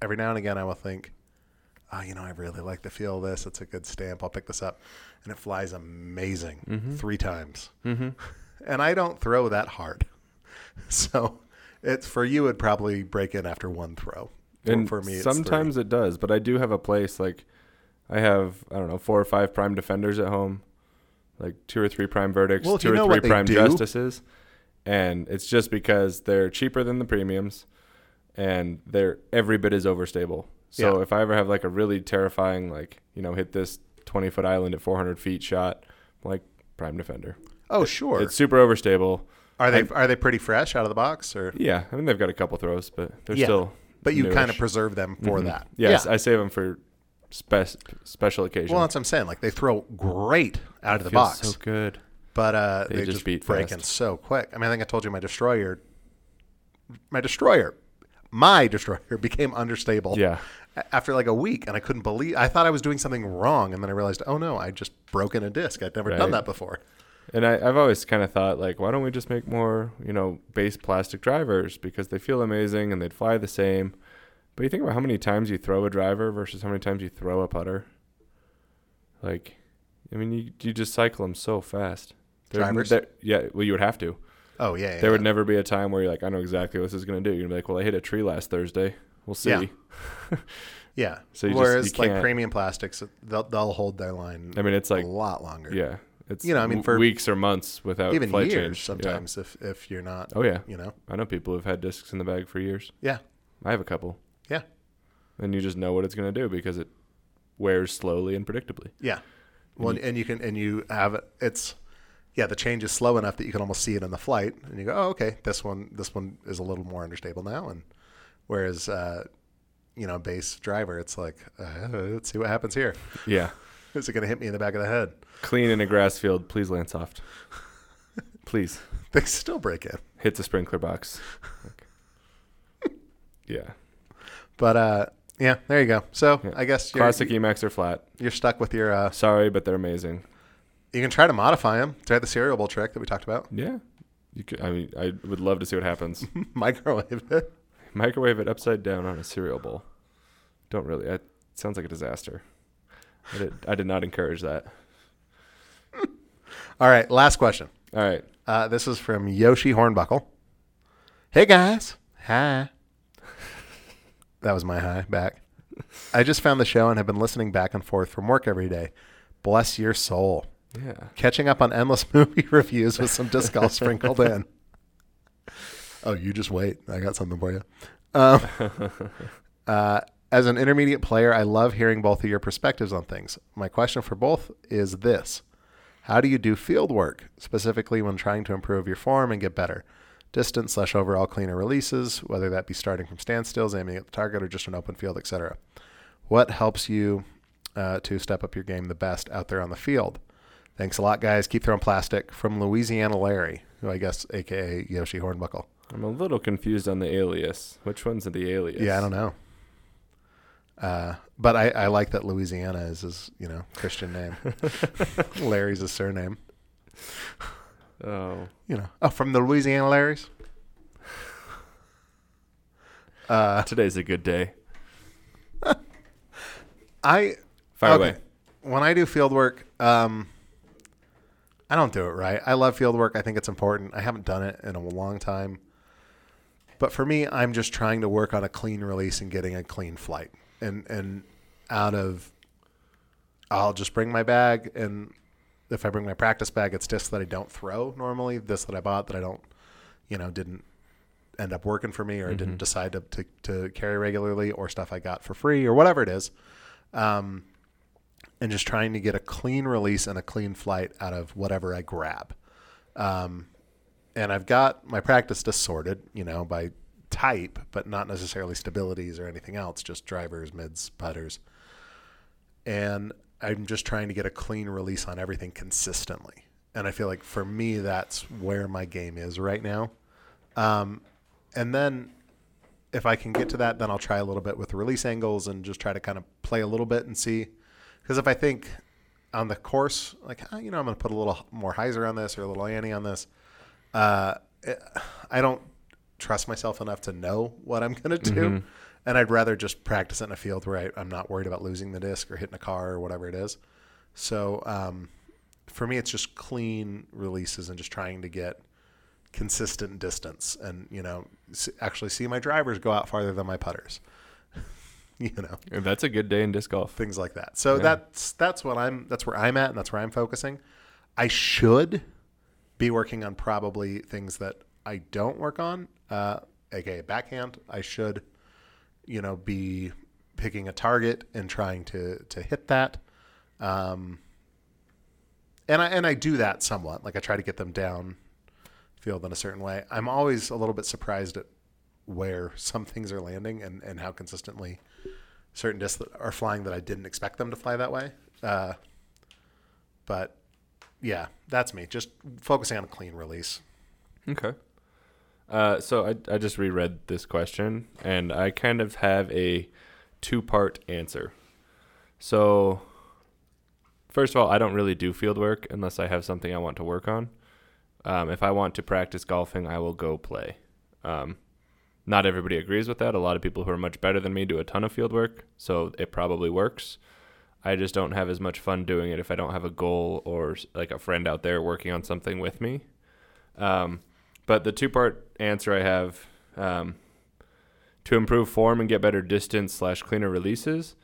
Speaker 1: every now and again I will think, oh, you know, I really like the feel of this. It's a good stamp. I'll pick this up, and it flies amazing three times
Speaker 2: Mm-hmm.
Speaker 1: (laughs) and I don't throw that hard. (laughs) So it's for you it'd probably break in after one throw. Or
Speaker 2: And
Speaker 1: for me it's
Speaker 2: sometimes it does, but I do have a place like I have I don't know four or five prime defenders at home, like two or three prime verdicts,
Speaker 1: Well, if
Speaker 2: two
Speaker 1: you
Speaker 2: or
Speaker 1: know
Speaker 2: three
Speaker 1: what they
Speaker 2: prime
Speaker 1: do-
Speaker 2: justices, and it's just because they're cheaper than the premiums, and they're every bit is overstable. So
Speaker 1: Yeah.
Speaker 2: if I ever have like a really terrifying like you know hit this twenty foot island at four hundred feet shot, I'm like prime defender,
Speaker 1: Oh sure.
Speaker 2: it's super overstable.
Speaker 1: are they are they pretty fresh out of the box or
Speaker 2: Yeah, I mean they've got a couple throws, but they're
Speaker 1: Yeah.
Speaker 2: still
Speaker 1: but you kind of
Speaker 2: Newish.
Speaker 1: preserve them for
Speaker 2: Mhm.
Speaker 1: that.
Speaker 2: Yes, I save them for spe- special occasions.
Speaker 1: Well that's what I'm saying. Like they throw great out of the
Speaker 2: Feels
Speaker 1: box.
Speaker 2: So good.
Speaker 1: but uh they,
Speaker 2: They
Speaker 1: just,
Speaker 2: just beat
Speaker 1: break
Speaker 2: fast.
Speaker 1: in so quick. I mean I think I told you my destroyer my destroyer my destroyer (laughs) became understable
Speaker 2: Yeah.
Speaker 1: a- after like a week and I couldn't believe I thought I was doing something wrong and then I realized, oh no, I just broke in a disc. I'd never done
Speaker 2: Right.
Speaker 1: that before.
Speaker 2: And I, I've always kind of thought, like, why don't we just make more, you know, base plastic drivers because they feel amazing and they'd fly the same. But you think about how many times you throw a driver versus how many times you throw a putter. Like, I mean, you, you just cycle them so fast. There'd n-
Speaker 1: Drivers?
Speaker 2: there- yeah, well, you would have to.
Speaker 1: Oh yeah, yeah.
Speaker 2: There
Speaker 1: yeah.
Speaker 2: would never be a time where you're like, I know exactly what this is going to do. You're going to be like, well, I hit a tree last Thursday. We'll see.
Speaker 1: Yeah. Yeah.
Speaker 2: So you just-
Speaker 1: Whereas
Speaker 2: you
Speaker 1: like
Speaker 2: can't-
Speaker 1: premium plastics, they'll, they'll hold their line
Speaker 2: I mean, it's
Speaker 1: a
Speaker 2: like,
Speaker 1: lot longer.
Speaker 2: yeah. It's
Speaker 1: You know, I mean,
Speaker 2: w-
Speaker 1: for-
Speaker 2: weeks or months without
Speaker 1: Even
Speaker 2: flight
Speaker 1: years
Speaker 2: change. Yeah.
Speaker 1: sometimes if, if you're not,
Speaker 2: Oh, yeah.
Speaker 1: you know,
Speaker 2: I know people who've had discs in the bag for years.
Speaker 1: Yeah.
Speaker 2: I have a couple.
Speaker 1: Yeah.
Speaker 2: And you just know what it's going to do because it wears slowly and predictably.
Speaker 1: yeah. Well, and, you can, and you have it, it's, yeah, the change is slow enough that you can almost see it in the flight and you go, oh, okay, this one, this one is a little more understable now. And whereas, uh, you know, base driver, it's like, uh, let's see what happens here.
Speaker 2: Yeah.
Speaker 1: Is it going to hit me in the back of the head? (laughs)
Speaker 2: Clean in a grass field. Please land soft. Please.
Speaker 1: They still break in.
Speaker 2: Hit the sprinkler box.
Speaker 1: (laughs)
Speaker 2: Like- yeah.
Speaker 1: But, uh, yeah, there you go. So
Speaker 2: Yeah.
Speaker 1: I guess you're,
Speaker 2: Classic Emacs are flat.
Speaker 1: you're stuck with your, uh,
Speaker 2: Sorry, but they're amazing.
Speaker 1: You can try to modify them. Try the cereal bowl trick that we talked about. (laughs)
Speaker 2: Yeah. You could, I mean, I would love to see what happens.
Speaker 1: Microwave it.
Speaker 2: Microwave it upside down on a cereal bowl. Don't really. That sounds like a disaster. I did, I did not encourage that.
Speaker 1: All right, last question.
Speaker 2: All right.
Speaker 1: Uh, this is from Yoshi Hornbuckle. Hey guys. Hi. (laughs) that was my hi back. I just found the show and have been listening back and forth from work every day. Bless your soul.
Speaker 2: Yeah.
Speaker 1: Catching up on endless (laughs) movie reviews with some disc golf sprinkled in. Oh, you just wait. I got something for you. Um, (laughs) uh, as an intermediate player, I love hearing both of your perspectives on things. My question for both is this How do you do field work, specifically when trying to improve your form and get better? Distance slash overall cleaner releases, whether that be starting from standstills, aiming at the target, or just an open field, etc. What helps you uh, to step up your game the best out there on the field? Thanks a lot, guys. Keep throwing plastic from Louisiana Larry, who I guess, aka Yoshi Hornbuckle.
Speaker 2: I'm a little confused on the alias. Which one's the alias?
Speaker 1: Yeah, I don't know. Uh, but I, I like that Louisiana is his, you know, Christian name. Larry's his surname.
Speaker 2: know. Oh.
Speaker 1: You know, oh, from the Louisiana Larrys. Uh,
Speaker 2: Today's a good day.
Speaker 1: I
Speaker 2: Fire
Speaker 1: okay.
Speaker 2: away.
Speaker 1: When I do field work, um, I don't do it right. I love field work. I think it's important. I haven't done it in a long time. But for me, I'm just trying to work on a clean release and getting a clean flight. And and out of I'll just bring my bag and if I bring my practice bag, it's discs that I don't throw normally, this that I bought that I don't, you know, didn't end up working for me or
Speaker 2: Mm-hmm.
Speaker 1: didn't decide to, to, to carry regularly or stuff I got for free or whatever it is. Um, and just trying to get a clean release and a clean flight out of whatever I grab. Um, and I've got my practice assorted, you know, by type, but not necessarily stabilities or anything else, just drivers, mids, putters. And I'm just trying to get a clean release on everything consistently. And I feel like for me, that's where my game is right now. Um, and then if I can get to that, then I'll try a little bit with release angles and just try to kind of play a little bit and see. Because if I think on the course, like, ah, you know, I'm going to put a little more hyzer on this or a little ante on this, uh, it- I don't trust myself enough to know what I'm going to do. And I'd rather just practice it in a field where I, I'm not worried about losing the disc or hitting a car or whatever it is. So um, for me, it's just clean releases and just trying to get consistent distance and, you know, s- actually see my drivers go out farther than my putters, (laughs) you know
Speaker 2: And that's a good day in disc golf.
Speaker 1: things like that. So
Speaker 2: Yeah.
Speaker 1: that's that's what I'm that's where I'm at and that's where I'm focusing. I should be working on probably things that I don't work on, uh, aka backhand. I should, you know, be picking a target and trying to to hit that. Um, and I and I do that somewhat. Like I try to get them down field in a certain way. I'm always a little bit surprised at where some things are landing and, and how consistently certain discs that are flying that I didn't expect them to fly that way. Uh, but yeah, that's me. Just focusing on a clean release.
Speaker 2: Okay. Uh, so I, I just reread this question, and I kind of have a two part answer. So, first of all, I don't really do field work unless I have something I want to work on. Um, if I want to practice golfing, I will go play. Um, not everybody agrees with that. A lot of people who are much better than me do a ton of field work, so it probably works. I just don't have as much fun doing it if I don't have a goal or s- like a friend out there working on something with me. Um, but the two part answer I have um, to improve form and get better distance slash cleaner releases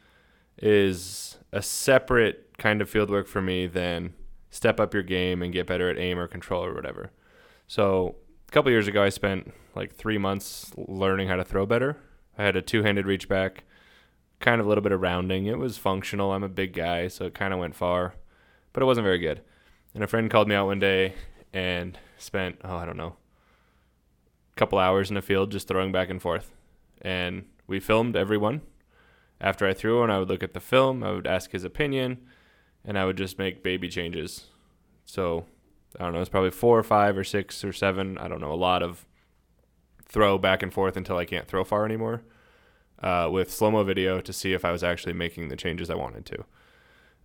Speaker 2: is a separate kind of field work for me than step up your game and get better at aim or control or whatever. So a couple years ago, I spent like three months learning how to throw better. I had a two handed reach back, kind of a little bit of rounding. It was functional. I'm a big guy, so it kind of went far, but it wasn't very good. And a friend called me out one day and spent, oh, I don't know, a couple hours in the field just throwing back and forth. And we filmed everyone. After I threw one, I would look at the film, I would ask his opinion, and I would just make baby changes. So I don't know, it's probably four or five or six or seven, I don't know, a lot of throw back and forth until I can't throw far anymore uh, with slow mo video to see if I was actually making the changes I wanted to.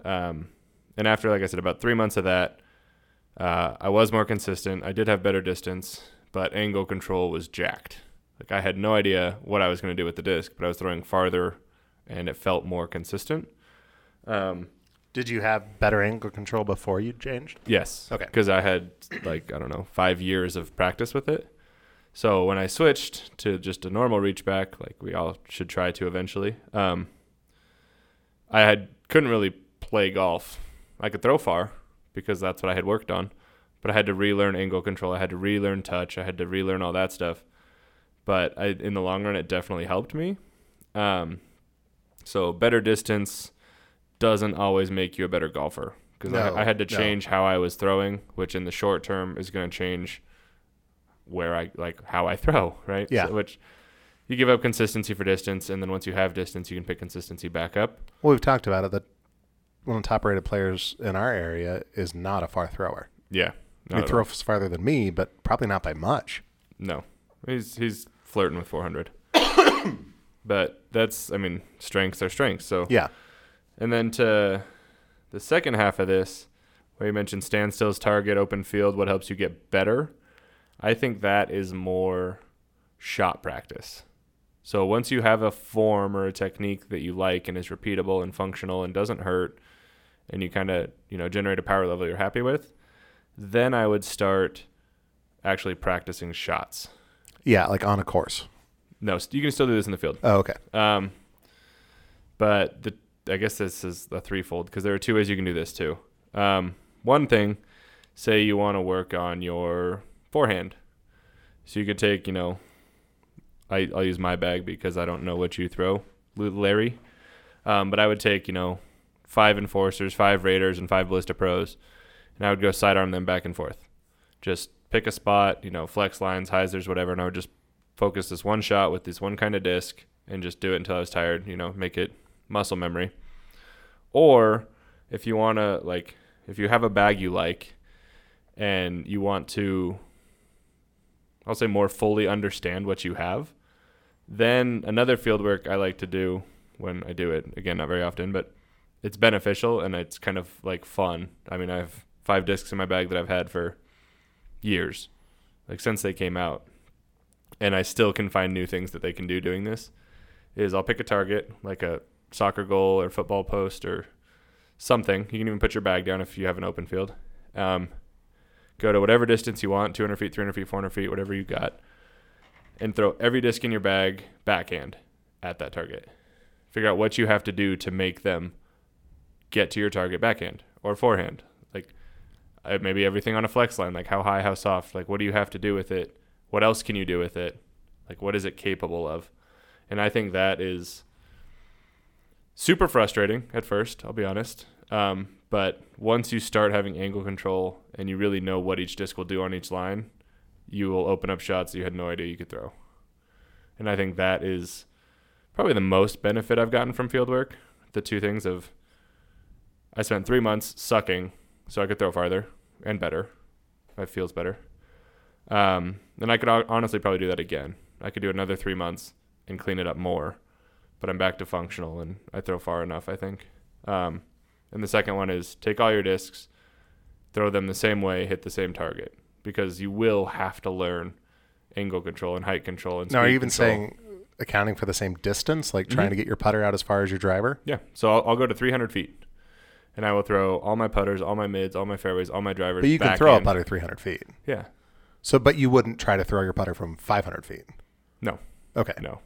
Speaker 2: Um, and after, like I said, about three months of that, uh, I was more consistent. I did have better distance, but angle control was jacked. Like I had no idea what I was going to do with the disc, but I was throwing farther, and it felt more consistent. Um,
Speaker 1: Did you have better angle control before you changed?
Speaker 2: yes.
Speaker 1: Okay.
Speaker 2: Because I had like I don't know five years of practice with it. So when I switched to just a normal reach back, like we all should try to eventually, um, I had couldn't really play golf. I could throw far because that's what I had worked on, but I had to relearn angle control. I had to relearn touch. I had to relearn all that stuff. But I, in the long run, it definitely helped me. Um, so better distance doesn't always make you a better golfer because
Speaker 1: No,
Speaker 2: I, I had to
Speaker 1: no.
Speaker 2: change how I was throwing, which in the short term is going to change where I like how I throw, right?
Speaker 1: Yeah.
Speaker 2: So- which you give up consistency for distance, and then once you have distance, you can pick consistency back up.
Speaker 1: Well, we've talked about it. That one of the top rated players in our area is not a far thrower.
Speaker 2: Yeah.
Speaker 1: He
Speaker 2: Not at all.
Speaker 1: throws farther than me, but probably not by much.
Speaker 2: No, he's he's flirting
Speaker 1: (coughs)
Speaker 2: with 400. but that's, I mean, strengths are strengths. So,
Speaker 1: Yeah.
Speaker 2: and then to the second half of this, where you mentioned standstills, target, open field, what helps you get better. I think that is more shot practice. So once you have a form or a technique that you like and is repeatable and functional and doesn't hurt, and you kind of you know generate a power level you're happy with, then I would start actually practicing shots.
Speaker 1: Yeah, like on a course.
Speaker 2: No, st- you can still do this in the field.
Speaker 1: Oh, okay.
Speaker 2: Um, but the I guess this is a threefold because there are two ways you can do this too. Um, one thing, say you want to work on your forehand, so you could take you know I, I'll use my bag because I don't know what you throw, Lu- Larry. Um, but I would take, you know, five enforcers, five raiders, and five ballista pros, and I would go sidearm them back and forth. Just pick a spot, you know, flex lines, hyzers, whatever, and I would just focus this one shot with this one kind of disc and just do it until I was tired, you know, make it muscle memory. Or if you want to, like, if you have a bag you like and you want to, I'll say more fully understand what you have, then another field work I like to do when I do it, again, not very often, but it's beneficial and it's kind of like fun. I mean, I have five discs in my bag that I've had for years, like since they came out. And I still can find new things that they can do doing this. Is I'll pick a target, like a soccer goal or football post or something. You can even put your bag down if you have an open field. Um, go to whatever distance you want 200 feet, 300 feet, 400 feet, whatever you got and throw every disc in your bag backhand at that target. Figure out what you have to do to make them get to your target backhand or forehand. Like uh, maybe everything on a flex line, like how high, how soft, like what do you have to do with it? What else can you do with it? Like what is it capable of? And I think that is super frustrating at first, I'll be honest. Um, but once you start having angle control and you really know what each disc will do on each line, you will open up shots that you had no idea you could throw. And I think that is probably the most benefit I've gotten from field work. The two things of I spent three months sucking so I could throw farther and better. It feels better. Um, and I could hon- honestly probably do that again. I could do another three months and clean it up more, but I'm back to functional and I throw far enough, I think. Um, and the second one is take all your discs, throw them the same way, hit the same target, because you will have to learn angle control and height control and
Speaker 1: Now, are
Speaker 2: speed
Speaker 1: you even
Speaker 2: control.
Speaker 1: saying accounting for the same distance, like trying to get your putter out as far as your driver?
Speaker 2: Yeah. So I'll, I'll go to 300 feet, and I will throw all my putters, all my mids, all my fairways, all my drivers.
Speaker 1: But you can
Speaker 2: back
Speaker 1: throw
Speaker 2: in.
Speaker 1: a putter 300 feet.
Speaker 2: Yeah.
Speaker 1: So, but you wouldn't try to throw your putter from 500 feet.
Speaker 2: No.
Speaker 1: Okay.
Speaker 2: No.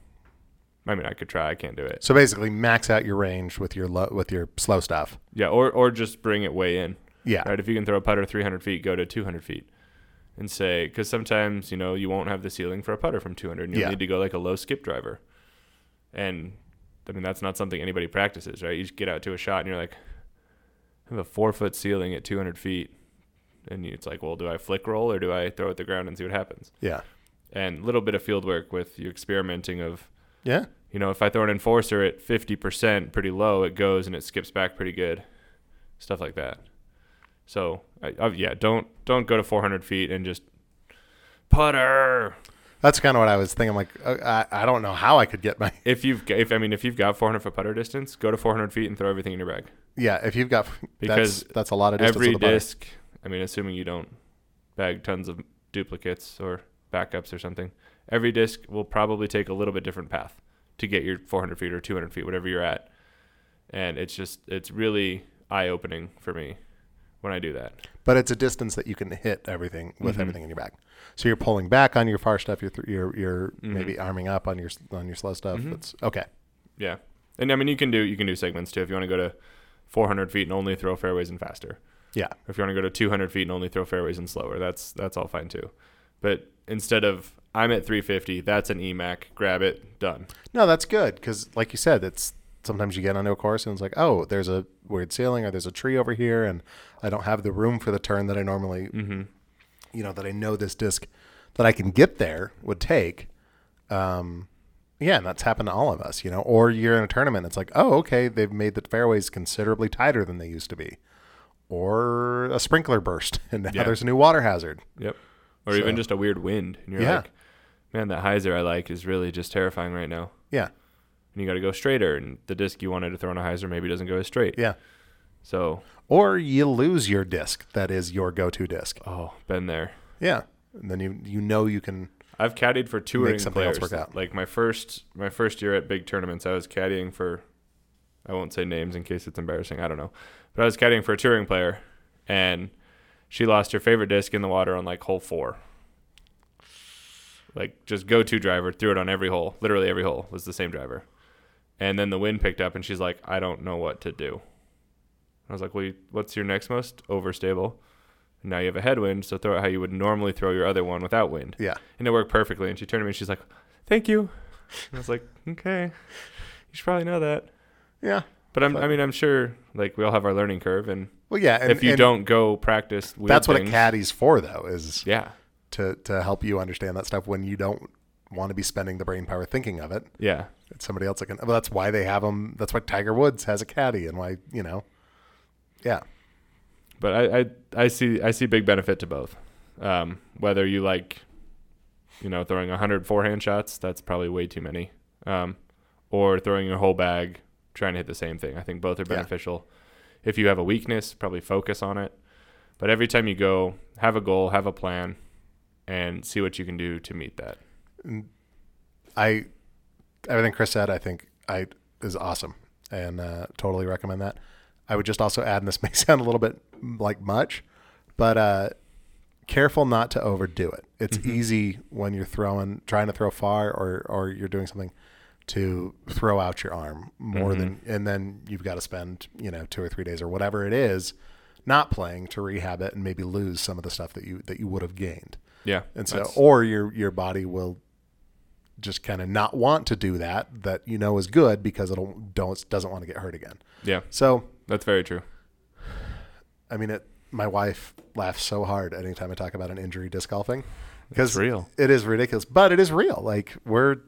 Speaker 2: I mean, I could try. I can't do it.
Speaker 1: So basically, max out your range with your low, with your slow stuff.
Speaker 2: Yeah. Or or just bring it way in.
Speaker 1: Yeah.
Speaker 2: Right. If you can throw a putter 300 feet, go to 200 feet, and say because sometimes you know you won't have the ceiling for a putter from 200, and you
Speaker 1: Yeah.
Speaker 2: will need to go like a low skip driver, and I mean that's not something anybody practices, right? You just get out to a shot and you're like, I have a four foot ceiling at 200 feet, and you, it's like, well, do I flick roll or do I throw at the ground and see what happens?
Speaker 1: Yeah.
Speaker 2: And a little bit of field work with you experimenting of
Speaker 1: Yeah.
Speaker 2: you know, if I throw an enforcer at 50% pretty low, it goes and it skips back pretty good. Stuff like that. So, I, I, yeah, don't don't go to 400 feet and just putter.
Speaker 1: That's kind of what I was thinking. like, uh, I, I don't know how I could get my. (laughs)
Speaker 2: If you've g- if I mean if you've got 400 foot putter distance, go to 400 feet and throw everything in your bag.
Speaker 1: Yeah. If you've got
Speaker 2: Because
Speaker 1: that's, that's a lot of distance.
Speaker 2: Every
Speaker 1: with a putter.
Speaker 2: disc, I mean, assuming you don't bag tons of duplicates or backups or something, every disc will probably take a little bit different path to get your 400 feet or 200 feet, whatever you're at. And it's just, it's really eye opening for me when I do that.
Speaker 1: but it's a distance that you can hit everything with
Speaker 2: Mhm.
Speaker 1: everything in your bag. So you're pulling back on your far stuff. You're th- you're, you're
Speaker 2: Mm-hmm.
Speaker 1: maybe arming up on your s- on your slow stuff.
Speaker 2: Mhm.
Speaker 1: It's okay.
Speaker 2: Yeah. And I mean, you can do, you can do segments too. If you want to go to 400 feet and only throw fairways and faster,
Speaker 1: Yeah.
Speaker 2: if you want to go to 200 feet and only throw fairways and slower, that's that's all fine too. But instead of I'm at 350, that's an EMAC, grab it, done.
Speaker 1: No, that's good because, like you said, it's sometimes you get onto a course and it's like, oh, there's a weird ceiling or there's a tree over here, and I don't have the room for the turn that I normally,
Speaker 2: Mm-hmm.
Speaker 1: you know, that I know this disc that I can get there would take. Um, yeah, and that's happened to all of us, you know. Or you're in a tournament, it's like, oh, okay, they've made the fairways considerably tighter than they used to be, or a sprinkler burst, (laughs) and now
Speaker 2: Yeah.
Speaker 1: there's a new water hazard.
Speaker 2: Yep. Or even
Speaker 1: So-
Speaker 2: just a weird wind. And you're
Speaker 1: Yeah.
Speaker 2: like, man, that hyzer I like is really just terrifying right now.
Speaker 1: Yeah,
Speaker 2: And you got to go straighter. And the disc you wanted to throw in a hyzer maybe doesn't go as straight.
Speaker 1: yeah.
Speaker 2: So,
Speaker 1: Or you lose your disc that is your go-to disc.
Speaker 2: oh, been there.
Speaker 1: Yeah, and then you you know you can
Speaker 2: I've caddied for touring
Speaker 1: something else
Speaker 2: players.
Speaker 1: work out.
Speaker 2: Like my first my first year at big tournaments, I was caddying for I won't say names in case it's embarrassing. I don't know. But I was caddying for a touring player and she lost her favorite disc in the water on like hole 4. Like just go to driver, threw it on every hole. Literally every hole was the same driver. And then the wind picked up and she's like, "I don't know what to do." I was like, "Well, you- what's your next most overstable?" Now you have a headwind, so throw it how you would normally throw your other one without wind
Speaker 1: yeah.
Speaker 2: and it worked perfectly. And she turned to me and she's like, thank you. And I was like, okay, you should probably know that.
Speaker 1: Yeah.
Speaker 2: But I'm,
Speaker 1: But-
Speaker 2: I mean, I'm sure like we all have our learning curve, and,
Speaker 1: Well, yeah. And,
Speaker 2: if you
Speaker 1: and
Speaker 2: don't go practice, weird
Speaker 1: that's what a
Speaker 2: things-
Speaker 1: caddy's for, though, is
Speaker 2: Yeah,
Speaker 1: to to help you understand that stuff when you don't want to be spending the brain power thinking of it.
Speaker 2: yeah,
Speaker 1: It's somebody else that can. Well, that's why they have them. That's why Tiger Woods has a caddy, and why you know. Yeah.
Speaker 2: but I, I I see I see big benefit to both. Um, whether you like, you know, throwing 100 forehand shots, that's probably way too many. Um, or throwing your whole bag, trying to hit the same thing. I think both are
Speaker 1: Yeah.
Speaker 2: beneficial. If you have a weakness, probably focus on it. But every time you go, have a goal, have a plan, and see what you can do to meet that.
Speaker 1: I everything Chris said, I think I is awesome, and uh, totally recommend that. I would just also add, and this (laughs) may sound a little bit like much, but uh, careful not to overdo it. It's easy when you're throwing, trying to throw far, or or you're doing something to throw out your arm more than, and then you've got to spend you know two or three days or whatever it is not playing to rehab it and maybe lose some of the stuff that you that you would have gained.
Speaker 2: Yeah,
Speaker 1: And so,
Speaker 2: that's-
Speaker 1: or your your body will just kind of not want to do that that you know is good because it'll don't doesn't want to get hurt again.
Speaker 2: yeah,
Speaker 1: So,
Speaker 2: that's very true.
Speaker 1: I mean, it. My wife laughs so hard anytime I talk about an injury disc golfing
Speaker 2: It's
Speaker 1: because
Speaker 2: real.
Speaker 1: it is ridiculous, but it is real. Like we're,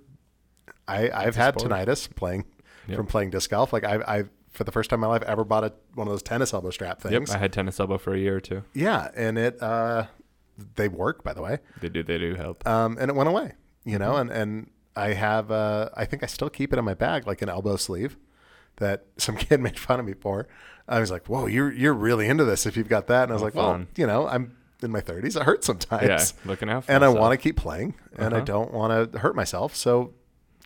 Speaker 1: I I've had
Speaker 2: sport.
Speaker 1: tinnitus playing
Speaker 2: Yep.
Speaker 1: from playing disc golf. Like I I for the first time in my life ever bought a, one of those tennis elbow strap
Speaker 2: Yep,
Speaker 1: things.
Speaker 2: I had tennis elbow for a year or two.
Speaker 1: Yeah, and it uh, they work by the way.
Speaker 2: They do, they do help.
Speaker 1: um, and it went away. You know,
Speaker 2: Mm-hmm.
Speaker 1: and and I have uh, I think I still keep it in my bag like an elbow sleeve that (laughs) some kid made fun of me for. I was like, "Whoa, you're you're really into this if you've got that." And I was like, "Well,
Speaker 2: fun.
Speaker 1: you know, I'm in my 30s. It hurts
Speaker 2: Yeah, Uh-huh.
Speaker 1: sometimes,
Speaker 2: looking out
Speaker 1: (laughs)
Speaker 2: for
Speaker 1: and I
Speaker 2: myself.
Speaker 1: want to keep playing, and I don't want to hurt myself. So,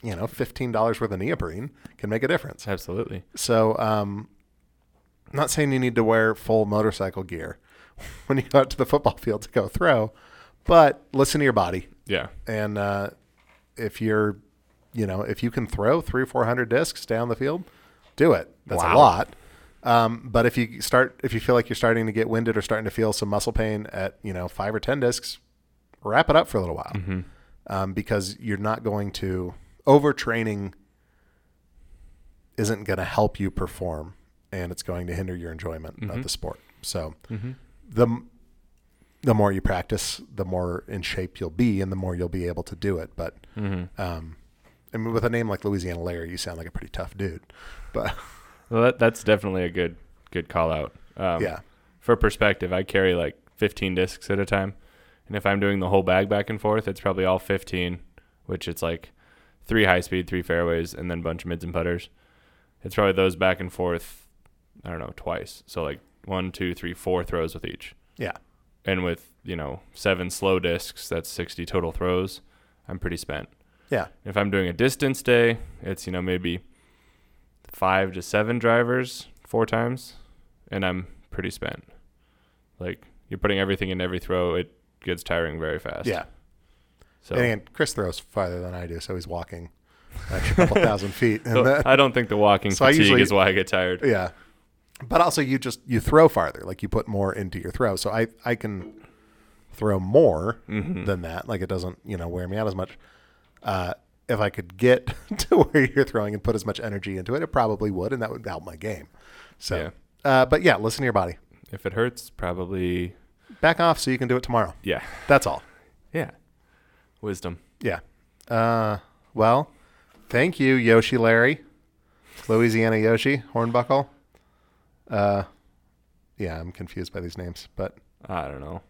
Speaker 1: you know, fifteen dollars worth of neoprene can make a difference.
Speaker 2: absolutely.
Speaker 1: So, um, I'm not saying you need to wear full motorcycle gear (laughs) when you go out to the football field to go throw, but listen to your body
Speaker 2: Yeah,
Speaker 1: and uh, if you're, you know, if you can throw three or four hundred discs down the field, do it. That's a
Speaker 2: Wow.
Speaker 1: lot. Um, but if you start, if you feel like you're starting to get winded or starting to feel some muscle pain at you know five or ten discs, wrap it up for a little while, um, because you're not going to overtraining. Isn't going to help you perform, and it's going to hinder your enjoyment of the sport. So, the the more you practice, the more in shape you'll be, and the more you'll be able to do it. But, um, I mean, with a name like Louisiana Larry, you sound like a pretty tough dude. But
Speaker 2: Well, that, that's definitely a good good call out. Um,
Speaker 1: yeah,
Speaker 2: For perspective, I carry like 15 discs at a time, and if I'm doing the whole bag back and forth, it's probably all 15, which it's like three high speed, three fairways, and then a bunch of mids and putters. It's probably those back and forth. I don't know twice. So like one, two, three, four throws with each,
Speaker 1: yeah,
Speaker 2: and with you know seven slow discs, that's 60 total throws. I'm pretty spent.
Speaker 1: yeah,
Speaker 2: If I'm doing a distance day, it's you know maybe five to seven drivers four times, and I'm pretty spent. Like you're putting everything in every throw, it gets tiring very fast.
Speaker 1: yeah.
Speaker 2: So
Speaker 1: And again, Chris throws farther than I do, so he's walking like a couple thousand feet. And
Speaker 2: so
Speaker 1: that,
Speaker 2: I don't think the walking
Speaker 1: So I
Speaker 2: fatigue
Speaker 1: usually-
Speaker 2: is why I
Speaker 1: (laughs)
Speaker 2: get tired.
Speaker 1: yeah, but also you just you throw farther, like you put more into your throw. So I I can throw more
Speaker 2: Mm-hmm. Mm.
Speaker 1: than that. Like it doesn't you know wear me out as much. Uh, if I could get (laughs) to where you're throwing and put as much energy into it, it probably would, and that would help my game. So,
Speaker 2: Yeah.
Speaker 1: uh, but yeah, listen to your body.
Speaker 2: If it hurts, probably
Speaker 1: Back off so you can do it tomorrow.
Speaker 2: yeah,
Speaker 1: That's all.
Speaker 2: yeah. Wisdom.
Speaker 1: Yeah. Uh, well, thank you, Yoshi Larry, Louisiana Yoshi Hornbuckle. Uh, yeah, I'm confused by these names, but
Speaker 2: I don't know,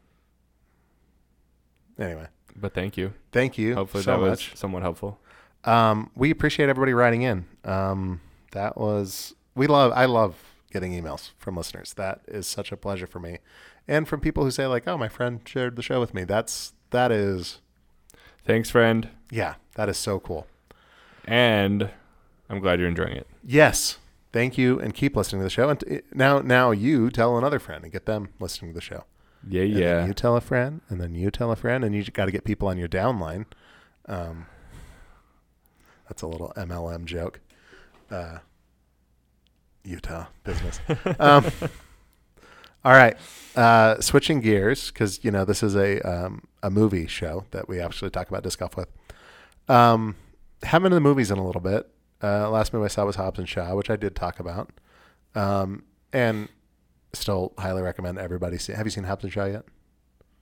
Speaker 1: anyway,
Speaker 2: but thank you.
Speaker 1: thank you
Speaker 2: Hopefully
Speaker 1: so
Speaker 2: that was
Speaker 1: much.
Speaker 2: somewhat helpful.
Speaker 1: Um, we appreciate everybody writing in. Um, that was we love. I love getting emails from listeners. That is such a pleasure for me, and from people who say like, "Oh, my friend shared the show with me." That's that is
Speaker 2: Thanks, friend,
Speaker 1: yeah, that is so cool.
Speaker 2: and I'm glad you're enjoying it.
Speaker 1: Yes. Thank you, and keep listening to the show. And t- now, now you tell another friend and get them listening to the show.
Speaker 2: Yeah,
Speaker 1: And then
Speaker 2: yeah.
Speaker 1: you tell a friend, and then you tell a friend, and you got to get people on your downline. Um, that's a little MLM joke. Uh, Utah business. um, all right, uh, switching gears because you know this is a um, a movie show that we actually talk about disc golf with. Um, haven't been to the movies in a little bit. Uh, last movie I saw was Hobbs and Shaw, which I did talk about, um, and still highly recommend everybody see. Have you seen Hobbs and Shaw yet?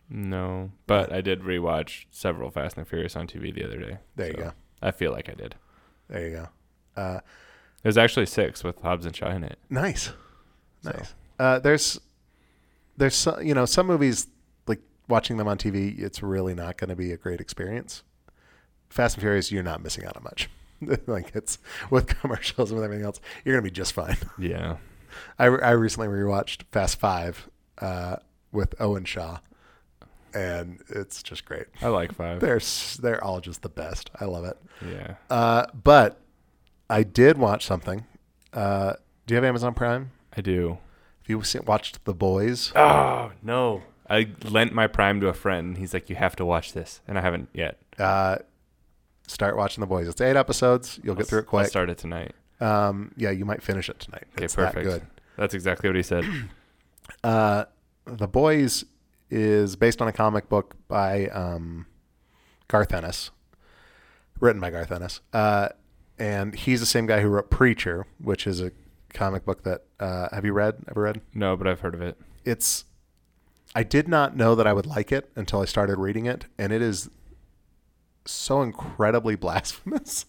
Speaker 2: No, but I did rewatch several Fast and Furious on TV the other day.
Speaker 1: There you
Speaker 2: so
Speaker 1: go.
Speaker 2: I feel like I did.
Speaker 1: There you go. Uh,
Speaker 2: There's actually six with Hobbs and Shaw
Speaker 1: (laughs)
Speaker 2: in it.
Speaker 1: nice,
Speaker 2: So.
Speaker 1: nice. Uh, there's, there's so, you know some movies like watching them on TV, it's really not going to be a great experience. Fast and Furious, you're not missing out on much. (laughs) like it's with (laughs) commercials and with everything else, you're going to be just fine. (laughs)
Speaker 2: Yeah.
Speaker 1: I, I recently rewatched Fast Five uh, with Owen Shaw, and it's just great.
Speaker 2: I like five.
Speaker 1: They're s- they're all just the best. I love it.
Speaker 2: Yeah.
Speaker 1: Uh, but I did watch something. Uh, do you have Amazon Prime?
Speaker 2: I do.
Speaker 1: Have you seen, watched The Boys?
Speaker 2: Oh, no. I lent my Prime to a friend, and he's like, You have to watch this. And I haven't yet.
Speaker 1: Uh, start watching The Boys. It's eight episodes. You'll get through it
Speaker 2: I'll
Speaker 1: quick.
Speaker 2: start it tonight.
Speaker 1: Um, yeah, you might finish it tonight.
Speaker 2: Okay,
Speaker 1: it's
Speaker 2: perfect.
Speaker 1: That good.
Speaker 2: That's exactly what
Speaker 1: (clears throat)
Speaker 2: he said.
Speaker 1: Uh, the Boys is based on a comic book by um, Garth Ennis, written by Garth Ennis, uh, and he's the same guy who wrote Preacher, which is a comic book that uh, have you read? Ever read?
Speaker 2: no, but I've heard of it.
Speaker 1: It's I did not know that I would like it until I started reading it, and it is so incredibly (laughs) blasphemous.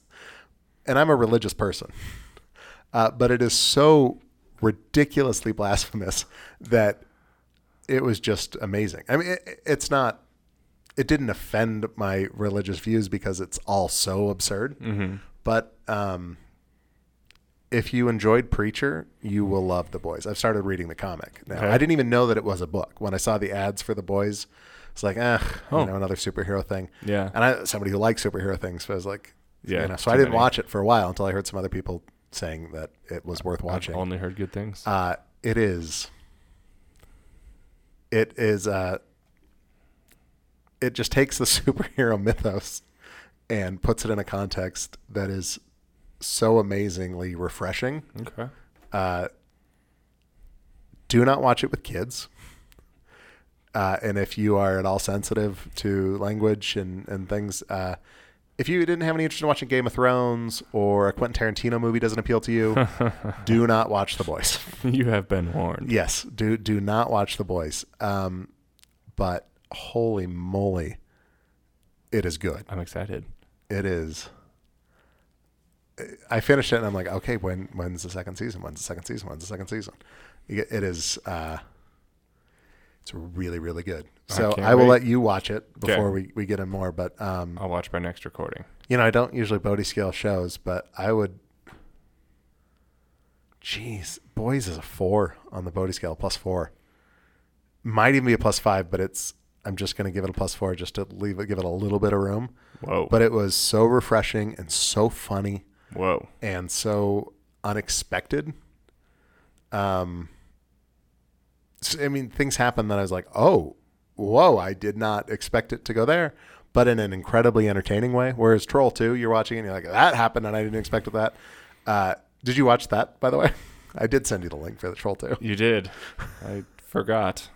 Speaker 1: And I'm a religious person, uh, but it is so ridiculously blasphemous that it was just amazing. I mean, it, it's not. It didn't offend my religious views because it's all so absurd.
Speaker 2: Mm-hmm.
Speaker 1: But um, if you enjoyed Preacher, you will love The Boys. I've started reading the comic now.
Speaker 2: Okay.
Speaker 1: I didn't even know that it was a book when I saw the ads for The Boys. It's like, eh,
Speaker 2: Oh.
Speaker 1: you know, another superhero thing.
Speaker 2: Yeah.
Speaker 1: And I somebody who likes superhero things, so I was like, yeah.
Speaker 2: Yeah,
Speaker 1: So
Speaker 2: too
Speaker 1: I didn't
Speaker 2: many.
Speaker 1: watch it for a while until I heard some other people saying that it was worth watching.
Speaker 2: I've only heard good things.
Speaker 1: Uh, it is. It is. Uh, it just takes the (laughs) superhero mythos and puts it in a context that is so amazingly refreshing.
Speaker 2: okay. (laughs)
Speaker 1: Uh, do not watch it with kids. Uh, and if you are at all sensitive to language and, and things, uh, if you didn't have any interest in watching Game of Thrones or a Quentin Tarantino movie doesn't appeal to you, (laughs) do not watch The Boys.
Speaker 2: you have been warned.
Speaker 1: Yes, do do not watch The Boys. Um, but holy moly, it is good.
Speaker 2: I'm excited.
Speaker 1: It is. I finished it and I'm like, okay, when when's the second season? When's the second season? When's the second season? You get- It is. Uh, it's really really good.
Speaker 2: I
Speaker 1: So
Speaker 2: can't
Speaker 1: I, will let
Speaker 2: wait.
Speaker 1: you watch it
Speaker 2: Okay.
Speaker 1: before we, we get in more. But um,
Speaker 2: I'll watch my next recording.
Speaker 1: you know, I don't usually Bodhi scale shows, but I would. Jeez, Boys is a four on the Bodhi scale, plus four. Might even be a plus five, but it's. I'm just going to give it a plus four just to leave it, give it a little bit of room.
Speaker 2: Whoa.
Speaker 1: But it was so refreshing and so funny
Speaker 2: Whoa.
Speaker 1: and so unexpected. Um, s- I mean, things happened that I was like, oh, whoa, I did not expect it to go there, but in an incredibly entertaining way. Whereas Troll 2, you're watching it and you're like, that happened and I didn't expect that. Uh, did you watch that, by the way? (laughs) I did send you the link for the Troll 2.
Speaker 2: You did. I forgot.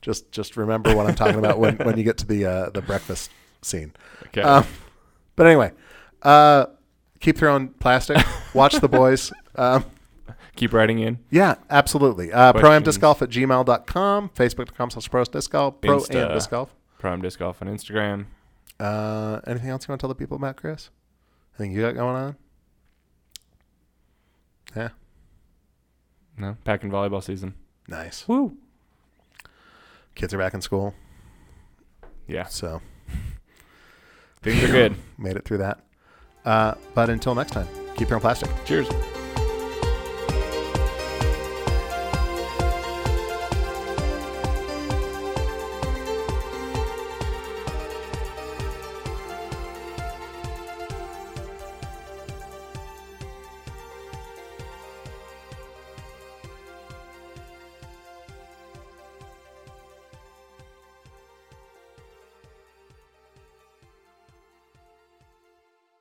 Speaker 1: Just just remember what I'm talking about when, when you get to the uh, the breakfast scene.
Speaker 2: Okay. (laughs)
Speaker 1: Um, but anyway, uh, keep throwing plastic.
Speaker 2: (laughs)
Speaker 1: Watch the boys. Um,
Speaker 2: Keep writing in.
Speaker 1: Yeah, absolutely. Uh, proam
Speaker 2: Questions?
Speaker 1: disc golf at gmail.com, facebook.com slash pros disc golf, pro
Speaker 2: Insta.
Speaker 1: and disc golf.
Speaker 2: Prime Disc Golf on Instagram.
Speaker 1: Uh, anything else you want to tell the people about, Chris? Anything you got going on? Yeah,
Speaker 2: No. Packing volleyball season.
Speaker 1: nice.
Speaker 2: Woo.
Speaker 1: Kids are back in school,
Speaker 2: Yeah.
Speaker 1: so
Speaker 2: Things are good.
Speaker 1: (laughs) made it through that. Uh, but until next time, keep throwing plastic.
Speaker 2: Cheers.